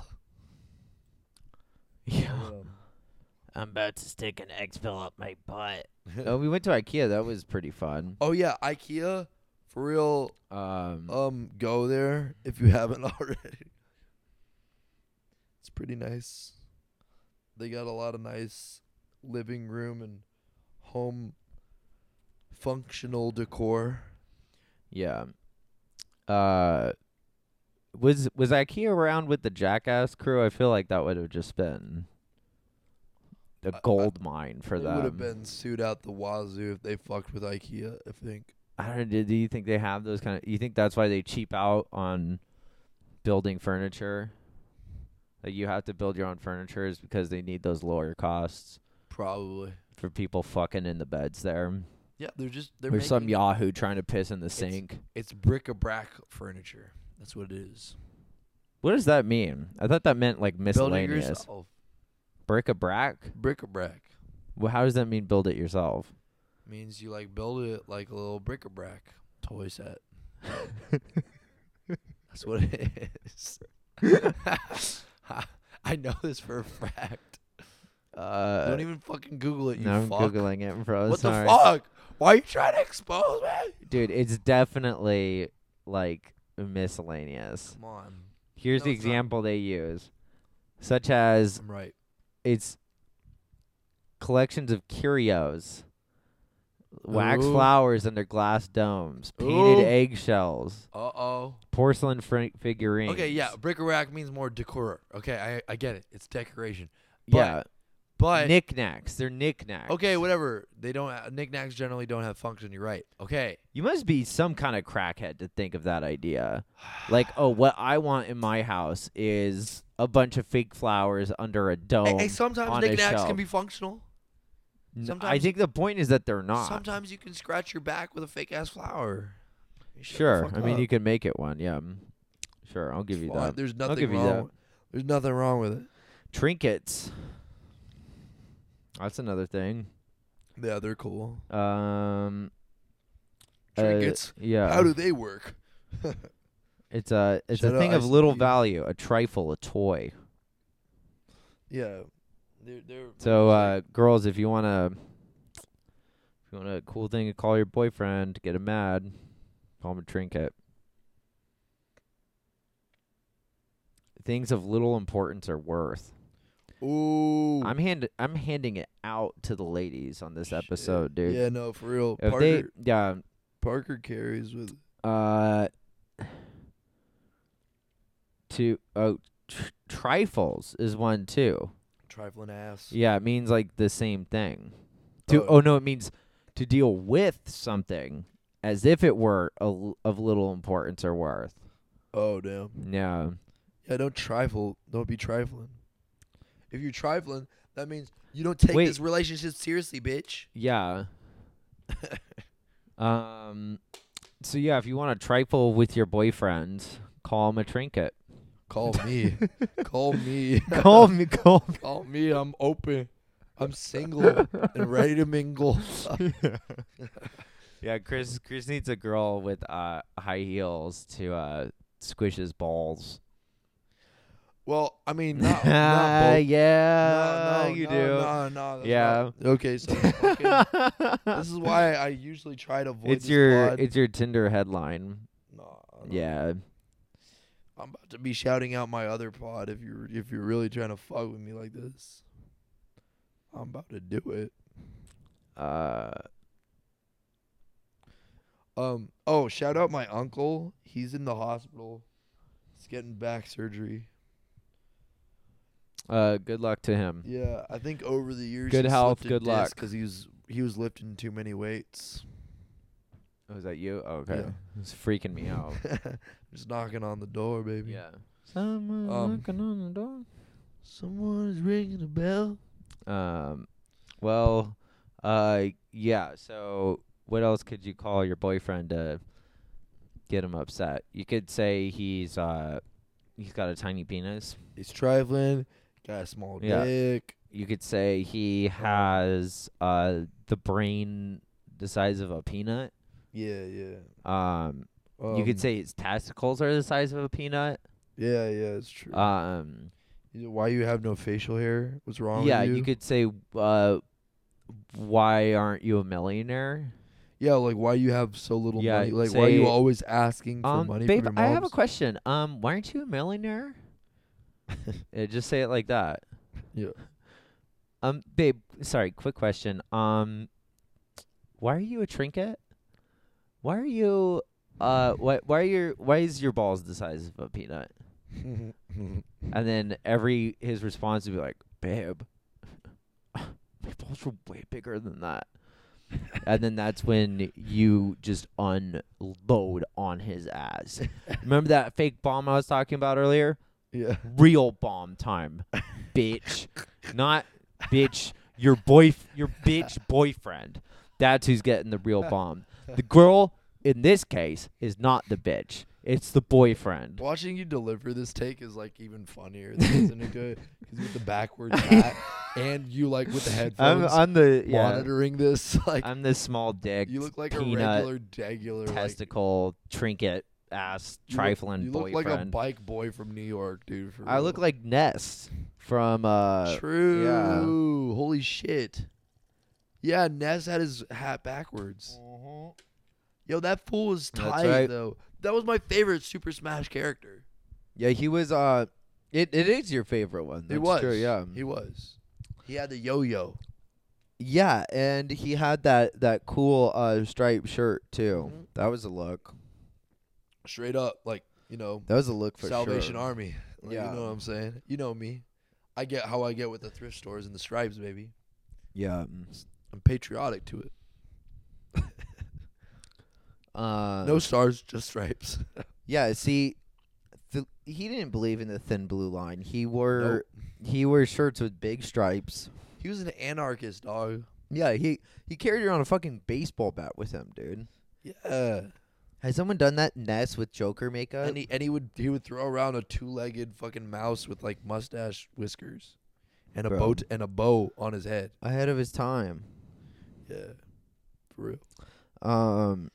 [SPEAKER 6] Yeah. I'm about to stick an X pill up my butt.
[SPEAKER 1] oh, we went to IKEA. That was pretty fun.
[SPEAKER 2] Oh yeah, IKEA, for real.
[SPEAKER 1] Um,
[SPEAKER 2] Um, go there if you haven't already. It's pretty nice. They got a lot of nice living room and home functional decor.
[SPEAKER 1] yeah. Uh, was was IKEA around with the Jackass crew? I feel like that would have just been a
[SPEAKER 2] I- I-
[SPEAKER 1] gold mine for
[SPEAKER 2] It
[SPEAKER 1] them.
[SPEAKER 2] would have been sued out the wazoo if they fucked with IKEA. I think.
[SPEAKER 1] I don't. know, Do you think they have those kind of? You think that's why they cheap out on building furniture? Like you have to build your own furniture is because they need those lower costs
[SPEAKER 2] Probably.
[SPEAKER 1] for people fucking in the beds there.
[SPEAKER 2] Yeah, they're just they're
[SPEAKER 1] There's some
[SPEAKER 2] making-
[SPEAKER 1] yahoo trying to piss in the sink.
[SPEAKER 2] It's bric-a-brac furniture. That's what it is.
[SPEAKER 1] What does that mean? I thought that meant like
[SPEAKER 2] Building
[SPEAKER 1] miscellaneous.
[SPEAKER 2] yourself
[SPEAKER 1] Bric-a-brac.
[SPEAKER 2] bric-a-brac
[SPEAKER 1] Well, how does that mean? Build it yourself.
[SPEAKER 2] means you like build it like a little bric-a-brac toy set. That's what it is. I know this for a fact.
[SPEAKER 1] Uh,
[SPEAKER 2] Don't even fucking Google it, you
[SPEAKER 1] no, I'm
[SPEAKER 2] fuck.
[SPEAKER 1] googling it, bro.
[SPEAKER 2] what
[SPEAKER 1] Sorry.
[SPEAKER 2] the fuck? Why are you trying to expose me?
[SPEAKER 1] dude? It's definitely like miscellaneous.
[SPEAKER 2] Come on.
[SPEAKER 1] Here's
[SPEAKER 2] No,
[SPEAKER 1] the
[SPEAKER 2] it's not.
[SPEAKER 1] example they use, such as
[SPEAKER 2] I'm right.
[SPEAKER 1] it's collections of curios, wax
[SPEAKER 2] Ooh.
[SPEAKER 1] flowers under glass domes, painted
[SPEAKER 2] Ooh.
[SPEAKER 1] eggshells,
[SPEAKER 2] Uh oh.
[SPEAKER 1] porcelain fri- figurines.
[SPEAKER 2] Okay, yeah, bric-a-brac means more decor. Okay, I, I get it. It's decoration.
[SPEAKER 1] yeah,
[SPEAKER 2] but- But
[SPEAKER 1] knickknacks. They're knickknacks.
[SPEAKER 2] okay, whatever. They don't ha- knickknacks generally don't have function. You're right. Okay.
[SPEAKER 1] You must be some kind of crackhead to think of that idea. Like, oh, what I want in my house is a bunch of fake flowers under a dome.
[SPEAKER 2] Hey, hey, sometimes
[SPEAKER 1] Oh, on a
[SPEAKER 2] knickknacks
[SPEAKER 1] shelf.
[SPEAKER 2] can be functional.
[SPEAKER 1] N- I
[SPEAKER 2] sometimes-
[SPEAKER 1] think the point is that they're not.
[SPEAKER 2] Sometimes you can scratch your back with a fake ass flower. Shut the
[SPEAKER 1] sure.
[SPEAKER 2] fuck
[SPEAKER 1] I mean,
[SPEAKER 2] up.
[SPEAKER 1] you can make it one. Yeah. mm. Sure, I'll give you
[SPEAKER 2] Fine,
[SPEAKER 1] that.
[SPEAKER 2] There's nothing
[SPEAKER 1] give you
[SPEAKER 2] wrong.
[SPEAKER 1] that.
[SPEAKER 2] with- There's nothing wrong with it.
[SPEAKER 1] trinkets. That's another thing.
[SPEAKER 2] Yeah, they're cool.
[SPEAKER 1] Um, uh,
[SPEAKER 2] Trinkets.
[SPEAKER 1] yeah,
[SPEAKER 2] How do they work?
[SPEAKER 1] it's a it's
[SPEAKER 2] Shout
[SPEAKER 1] a
[SPEAKER 2] out
[SPEAKER 1] thing of
[SPEAKER 2] Ice
[SPEAKER 1] little
[SPEAKER 2] Cube.
[SPEAKER 1] value, a trifle, a toy.
[SPEAKER 2] Yeah. They're, they're
[SPEAKER 1] So,
[SPEAKER 2] they're
[SPEAKER 1] uh, girls, if you wanna, if you want a cool thing to call your boyfriend, get him mad, call him a trinket. Things of little importance or worth.
[SPEAKER 2] sick. ooh.
[SPEAKER 1] I'm hand I'm handing it out to the ladies on this
[SPEAKER 2] shit.
[SPEAKER 1] episode, dude.
[SPEAKER 2] Yeah, no, for real.
[SPEAKER 1] If
[SPEAKER 2] Parker
[SPEAKER 1] they, yeah,
[SPEAKER 2] Parker carries with
[SPEAKER 1] Uh, to oh, tr- trifles is one too.
[SPEAKER 2] trifling ass.
[SPEAKER 1] Yeah, it means like the same thing. To
[SPEAKER 2] Oh.
[SPEAKER 1] oh, no, it means to deal with something as if it were a l of little importance or worth.
[SPEAKER 2] Oh damn.
[SPEAKER 1] Yeah,
[SPEAKER 2] Yeah, don't trifle. Don't be trifling. If you're trifling, that means you don't take
[SPEAKER 1] Wait.
[SPEAKER 2] this relationship seriously, bitch.
[SPEAKER 1] yeah. um, so yeah, if you want to trifle with your boyfriend, call him a trinket.
[SPEAKER 2] Call me. Call me.
[SPEAKER 1] call me, call me.
[SPEAKER 2] Call me. I'm open. I'm single and ready to mingle.
[SPEAKER 1] Yeah, Chris. Chris needs a girl with uh high heels to uh squish his balls.
[SPEAKER 2] Well, I mean, not, not both.
[SPEAKER 1] yeah,
[SPEAKER 2] No, no,
[SPEAKER 1] you
[SPEAKER 2] no,
[SPEAKER 1] do.
[SPEAKER 2] No, no, that's
[SPEAKER 1] Yeah.
[SPEAKER 2] not- okay, so fucking, this is why I usually try to avoid.
[SPEAKER 1] it's
[SPEAKER 2] this
[SPEAKER 1] your
[SPEAKER 2] pod.
[SPEAKER 1] it's your Tinder headline.
[SPEAKER 2] No, Oh, no.
[SPEAKER 1] Yeah,
[SPEAKER 2] I'm about to be shouting out my other pod if you're if you're really trying to fuck with me like this. I'm about to do it.
[SPEAKER 1] uh,
[SPEAKER 2] Um. Oh, shout out my uncle. He's in the hospital. He's getting back surgery.
[SPEAKER 1] uh, good luck to him.
[SPEAKER 2] Yeah, I think over the years.
[SPEAKER 1] Good health, good luck.
[SPEAKER 2] Because he was he was lifting too many weights.
[SPEAKER 1] Oh, is that you? Oh, okay,
[SPEAKER 2] Yeah.
[SPEAKER 1] it's freaking me out.
[SPEAKER 2] Just knocking on the door, baby.
[SPEAKER 1] yeah. Someone
[SPEAKER 2] Um,
[SPEAKER 1] knocking on the door.
[SPEAKER 2] Someone is ringing a bell.
[SPEAKER 1] Um, well, uh, yeah. So, what else could you call your boyfriend to get him upset? You could say he's uh, he's got a tiny penis.
[SPEAKER 2] He's trifling. Got a small
[SPEAKER 1] Yeah.
[SPEAKER 2] dick.
[SPEAKER 1] You could say he has uh the brain the size of a peanut.
[SPEAKER 2] Yeah, yeah.
[SPEAKER 1] Um, you
[SPEAKER 2] Um,
[SPEAKER 1] could say his testicles are the size of a peanut.
[SPEAKER 2] Yeah, yeah, it's true.
[SPEAKER 1] Um,
[SPEAKER 2] You- Why you have no facial hair? What's wrong?
[SPEAKER 1] yeah,
[SPEAKER 2] with you?
[SPEAKER 1] you could say uh, why aren't you a millionaire?
[SPEAKER 2] Yeah, like why you have so little
[SPEAKER 1] Yeah,
[SPEAKER 2] money? Like why are you
[SPEAKER 1] say,
[SPEAKER 2] always asking for
[SPEAKER 1] Um,
[SPEAKER 2] money?
[SPEAKER 1] babe,
[SPEAKER 2] from your
[SPEAKER 1] I have a
[SPEAKER 2] moms?
[SPEAKER 1] question. Um, why aren't you a millionaire? yeah, just say it like that.
[SPEAKER 2] Yeah.
[SPEAKER 1] Um, babe, sorry, quick question. Um, why are you a trinket? Why are you? Uh, why why are your why is your balls the size of a peanut? And then every his response would be like, "Babe, my balls were way bigger than that." and then that's when you just unload on his ass. Remember that fake bomb I was talking about earlier?
[SPEAKER 2] yeah.
[SPEAKER 1] Real bomb time, bitch. Not bitch. Your boy, your bitch boyfriend. That's who's getting the real bomb. The girl in this case is not the bitch. It's the boyfriend.
[SPEAKER 2] Watching you deliver this take is like even funnier than listening to it 'cause with the backwards hat and you like with the
[SPEAKER 1] I'm
[SPEAKER 2] headphones
[SPEAKER 1] on the yeah.
[SPEAKER 2] monitoring this. Like
[SPEAKER 1] I'm this small dick.
[SPEAKER 2] you look like
[SPEAKER 1] peanut,
[SPEAKER 2] a regular, degular like,
[SPEAKER 1] testicle, trinket, ass,
[SPEAKER 2] you look-
[SPEAKER 1] trifling
[SPEAKER 2] You look
[SPEAKER 1] boyfriend.
[SPEAKER 2] like a bike boy from New York, dude. For
[SPEAKER 1] I look
[SPEAKER 2] real.
[SPEAKER 1] like Ness from uh
[SPEAKER 2] True. Holy shit. Yeah, Ness had his hat backwards. Yo, that fool was
[SPEAKER 1] That's
[SPEAKER 2] tight
[SPEAKER 1] right.
[SPEAKER 2] though. That was my favorite Super Smash character.
[SPEAKER 7] Yeah, he was. Uh, it it is your favorite one.
[SPEAKER 2] he
[SPEAKER 7] That's
[SPEAKER 2] was.
[SPEAKER 7] True, yeah.
[SPEAKER 2] He was. He had the yo-yo.
[SPEAKER 7] yeah, and he had that that cool uh striped shirt too.
[SPEAKER 2] Mhm.
[SPEAKER 7] That was a look.
[SPEAKER 2] Straight up, like you know,
[SPEAKER 7] That was a look for
[SPEAKER 2] Salvation
[SPEAKER 7] sure.
[SPEAKER 2] Army. Like,
[SPEAKER 7] Yeah.
[SPEAKER 2] You know what I'm saying? You know me. I get how I get with the thrift stores and the stripes, baby.
[SPEAKER 7] Yeah.
[SPEAKER 2] I'm patriotic to it.
[SPEAKER 7] Uh,
[SPEAKER 2] No stars, just stripes.
[SPEAKER 7] Yeah. See, th- he didn't believe in the thin blue line. He wore he wore shirts with big stripes.
[SPEAKER 2] he was an anarchist, dog.
[SPEAKER 7] Yeah. He he carried around a fucking baseball bat with him, dude.
[SPEAKER 2] Yeah.
[SPEAKER 7] Has someone done that Ness with Joker makeup?
[SPEAKER 2] and he and he would he would throw around a two-legged fucking mouse with like mustache whiskers, and a
[SPEAKER 7] Bro.
[SPEAKER 2] boat and a bow on his head.
[SPEAKER 7] ahead of his time.
[SPEAKER 2] Yeah, for real.
[SPEAKER 7] Um.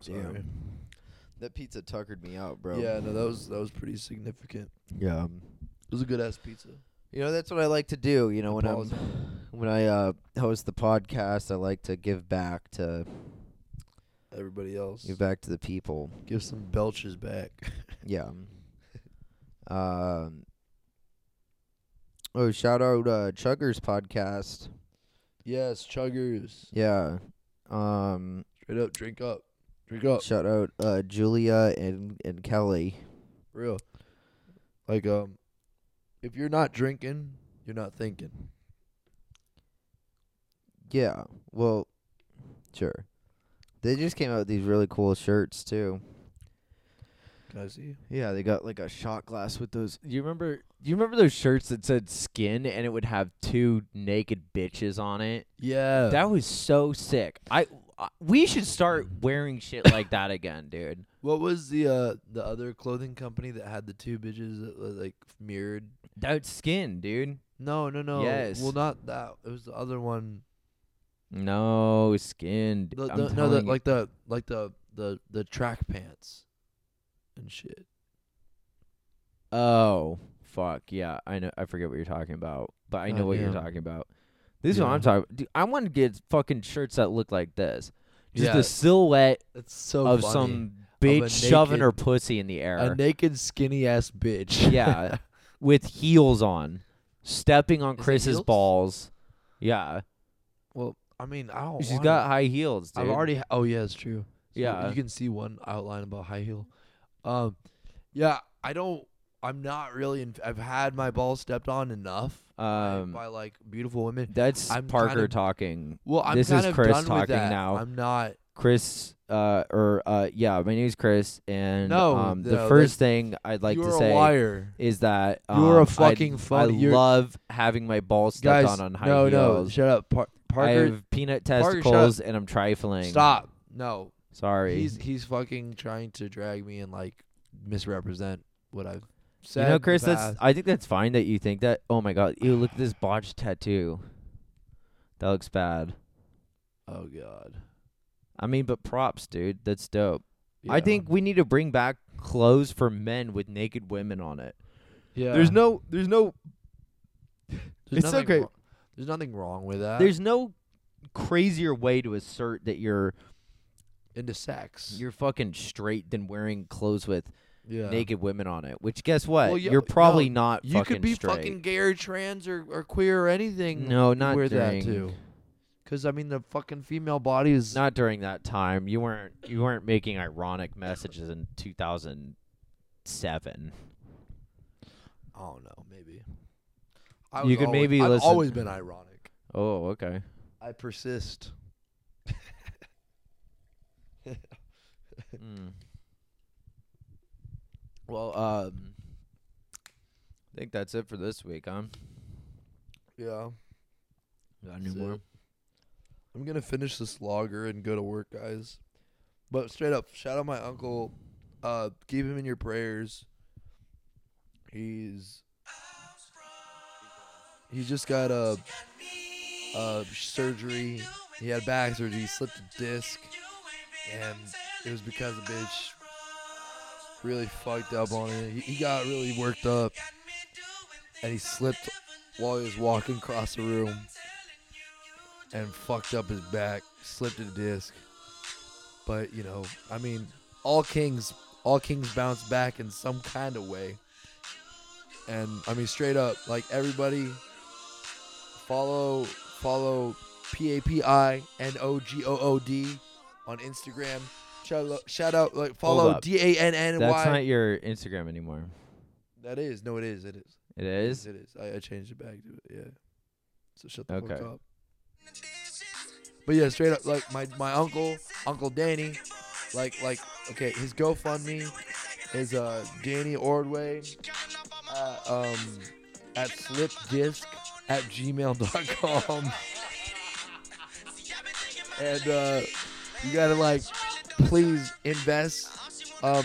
[SPEAKER 2] Sorry.
[SPEAKER 7] That pizza tuckered me out, bro.
[SPEAKER 2] Yeah, no, that was that was pretty significant.
[SPEAKER 7] Yeah.
[SPEAKER 2] It was a good ass pizza.
[SPEAKER 7] You know, that's what I like to do. You know, when I'm
[SPEAKER 2] Apologize.
[SPEAKER 7] when I uh, host the podcast, I like to give back to
[SPEAKER 2] Everybody else,
[SPEAKER 7] give back to the people.
[SPEAKER 2] give some belches back.
[SPEAKER 7] Yeah. Um. Oh, shout out uh, Chuggers podcast.
[SPEAKER 2] yes, chuggers.
[SPEAKER 7] Yeah. Um.
[SPEAKER 2] Straight up, drink up, drink up.
[SPEAKER 7] Shout out uh, Julia and and Kelly.
[SPEAKER 2] For real. Like um, if you're not drinking, you're not thinking.
[SPEAKER 7] Yeah. Well, sure. They just came out with these really cool shirts too.
[SPEAKER 2] Can I see?
[SPEAKER 7] Yeah, they got like a shot glass with those.
[SPEAKER 1] you remember you remember those shirts that said skin and it would have two naked bitches on it?
[SPEAKER 2] Yeah.
[SPEAKER 1] That was so sick. I, I we should start wearing shit like that again, dude.
[SPEAKER 2] What was the uh the other clothing company that had the two bitches that was like mirrored?
[SPEAKER 1] That skin, dude.
[SPEAKER 2] No, no, no.
[SPEAKER 1] Yes.
[SPEAKER 2] Well, not that. It was the other one.
[SPEAKER 1] No skin. d-
[SPEAKER 2] The,
[SPEAKER 1] I'm
[SPEAKER 2] the, no, the,
[SPEAKER 1] telling you.
[SPEAKER 2] like the like the the the track pants and shit.
[SPEAKER 1] Oh fuck yeah! I know. I forget what you're talking about, but I know what you're
[SPEAKER 2] Goddamn.
[SPEAKER 1] talking about. This is what
[SPEAKER 2] Oh, Yeah.
[SPEAKER 1] I'm talking. About. Dude, I want to get fucking shirts that look like this. Just
[SPEAKER 2] Yeah.
[SPEAKER 1] the silhouette
[SPEAKER 2] It's so
[SPEAKER 1] of
[SPEAKER 2] funny.
[SPEAKER 1] some
[SPEAKER 2] a
[SPEAKER 1] bitch shoving her
[SPEAKER 2] naked-
[SPEAKER 1] pussy in the
[SPEAKER 2] a
[SPEAKER 1] air.
[SPEAKER 2] naked skinny ass bitch.
[SPEAKER 1] Yeah. with heels on, stepping on
[SPEAKER 2] Is it
[SPEAKER 1] Chris's
[SPEAKER 2] heels?
[SPEAKER 1] balls. Yeah,
[SPEAKER 2] well, I mean, I don't.
[SPEAKER 1] she's
[SPEAKER 2] wanna-
[SPEAKER 1] got high heels. Dude.
[SPEAKER 2] Oh, I've already. Ha- oh yeah, it's true. So
[SPEAKER 1] Yeah.
[SPEAKER 2] You can see one outline about high heel. Um, yeah. I don't. I'm not really. In, I've had my balls stepped on enough by-
[SPEAKER 1] Um,
[SPEAKER 2] by like beautiful women.
[SPEAKER 1] that's
[SPEAKER 2] I'm
[SPEAKER 1] Parker
[SPEAKER 2] kinda-
[SPEAKER 1] talking.
[SPEAKER 2] Well, I'm
[SPEAKER 1] This
[SPEAKER 2] kind
[SPEAKER 1] is
[SPEAKER 2] of
[SPEAKER 1] Chris
[SPEAKER 2] done with
[SPEAKER 1] talking
[SPEAKER 2] that.
[SPEAKER 1] now.
[SPEAKER 2] I'm not.
[SPEAKER 1] Chris, uh, or uh, yeah, my name is Chris, and
[SPEAKER 2] No,
[SPEAKER 1] um,
[SPEAKER 2] no,
[SPEAKER 1] the
[SPEAKER 2] that's-
[SPEAKER 1] first thing I'd like
[SPEAKER 2] You're
[SPEAKER 1] to
[SPEAKER 2] a
[SPEAKER 1] say
[SPEAKER 2] liar.
[SPEAKER 1] is that um,
[SPEAKER 2] You're a
[SPEAKER 1] I-
[SPEAKER 2] fucking
[SPEAKER 1] I
[SPEAKER 2] fuck- you're-
[SPEAKER 1] love having my balls stepped
[SPEAKER 2] Guys,
[SPEAKER 1] on on high
[SPEAKER 2] no, no,
[SPEAKER 1] heels.
[SPEAKER 2] shut up, Par-
[SPEAKER 1] I
[SPEAKER 2] Parker.
[SPEAKER 1] have peanut
[SPEAKER 2] Parker, shut up.
[SPEAKER 1] testicles and I'm trifling.
[SPEAKER 2] Stop. No,
[SPEAKER 1] Sorry.
[SPEAKER 2] he's he's fucking trying to drag me and like misrepresent what I've
[SPEAKER 1] you
[SPEAKER 2] said. in
[SPEAKER 1] know,
[SPEAKER 2] the
[SPEAKER 1] Chris, that's
[SPEAKER 2] past.
[SPEAKER 1] I think that's fine that you think that. Oh my god, ew, look at this botched tattoo. That looks bad.
[SPEAKER 2] oh god.
[SPEAKER 1] I mean, but props, dude. That's dope. I
[SPEAKER 2] Yeah.
[SPEAKER 1] think we need to bring back clothes for men with naked women on it.
[SPEAKER 2] yeah.
[SPEAKER 1] There's no there's no
[SPEAKER 2] There's
[SPEAKER 1] it's so
[SPEAKER 2] nothing
[SPEAKER 1] great.
[SPEAKER 2] wro- there's nothing wrong with that.
[SPEAKER 1] there's no crazier way to assert that you're
[SPEAKER 2] into sex.
[SPEAKER 1] you're fucking straight than wearing clothes with
[SPEAKER 2] yeah.
[SPEAKER 1] naked women on it. Which guess what?
[SPEAKER 2] Well, yeah,
[SPEAKER 1] you're probably
[SPEAKER 2] no,
[SPEAKER 1] not
[SPEAKER 2] You
[SPEAKER 1] fucking
[SPEAKER 2] could be
[SPEAKER 1] straight.
[SPEAKER 2] fucking gay or trans or, or queer or anything.
[SPEAKER 1] no,
[SPEAKER 2] and
[SPEAKER 1] not
[SPEAKER 2] wear
[SPEAKER 1] during
[SPEAKER 2] that too. Because I mean, the fucking female body is
[SPEAKER 1] not during that time. You weren't you weren't making ironic messages in 2007.
[SPEAKER 2] I don't know, maybe. I
[SPEAKER 1] You
[SPEAKER 2] was
[SPEAKER 1] could
[SPEAKER 2] always-
[SPEAKER 1] maybe
[SPEAKER 2] I've
[SPEAKER 1] listen-
[SPEAKER 2] always been ironic.
[SPEAKER 1] Oh, okay.
[SPEAKER 2] I persist.
[SPEAKER 1] Mm. Well, um I think that's it for this week, huh?
[SPEAKER 2] Yeah.
[SPEAKER 1] Got
[SPEAKER 2] that's it. I'm gonna finish this logger and go to work, guys. But straight up, shout out my uncle. Uh, keep him in your prayers. He's he just got a uh surgery. He had back surgery. He slipped a disc, and it was because the bitch really fucked up on it. He, he got really worked up, and he slipped while he was walking across the room and fucked up his back, slipped a disc. But you know, I mean, all kings, all kings bounce back in some kind of way. And I mean, straight up, like everybody, follow follow P A P I N O G O O D on Instagram. Shout out, shout out like follow
[SPEAKER 1] up.
[SPEAKER 2] D A N N
[SPEAKER 1] That's
[SPEAKER 2] Y.
[SPEAKER 1] not your Instagram anymore.
[SPEAKER 2] That is no, it is, it is,
[SPEAKER 1] It is.
[SPEAKER 2] it is. I, I changed it back to it. Yeah. So shut the fuck
[SPEAKER 1] Okay.
[SPEAKER 2] up. But yeah, straight up, like my my uncle, Uncle Danny, like like okay, his GoFundMe is uh Danny Ordway, uh, um, at slipdisc at gmail.com. And uh, you gotta like, please invest. Um,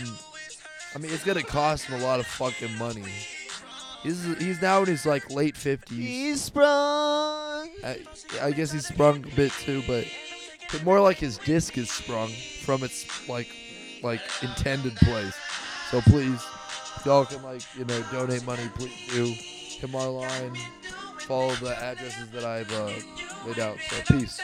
[SPEAKER 2] I mean, it's gonna cost him a lot of fucking money. He's he's now in his like late fifties.
[SPEAKER 1] sprung.
[SPEAKER 2] I, I guess he sprung a bit too, but, but more like his disc is sprung from its like like intended place. So please, if y'all can like you know donate money, please do. Come online, follow the addresses that I've uh, laid out. So peace.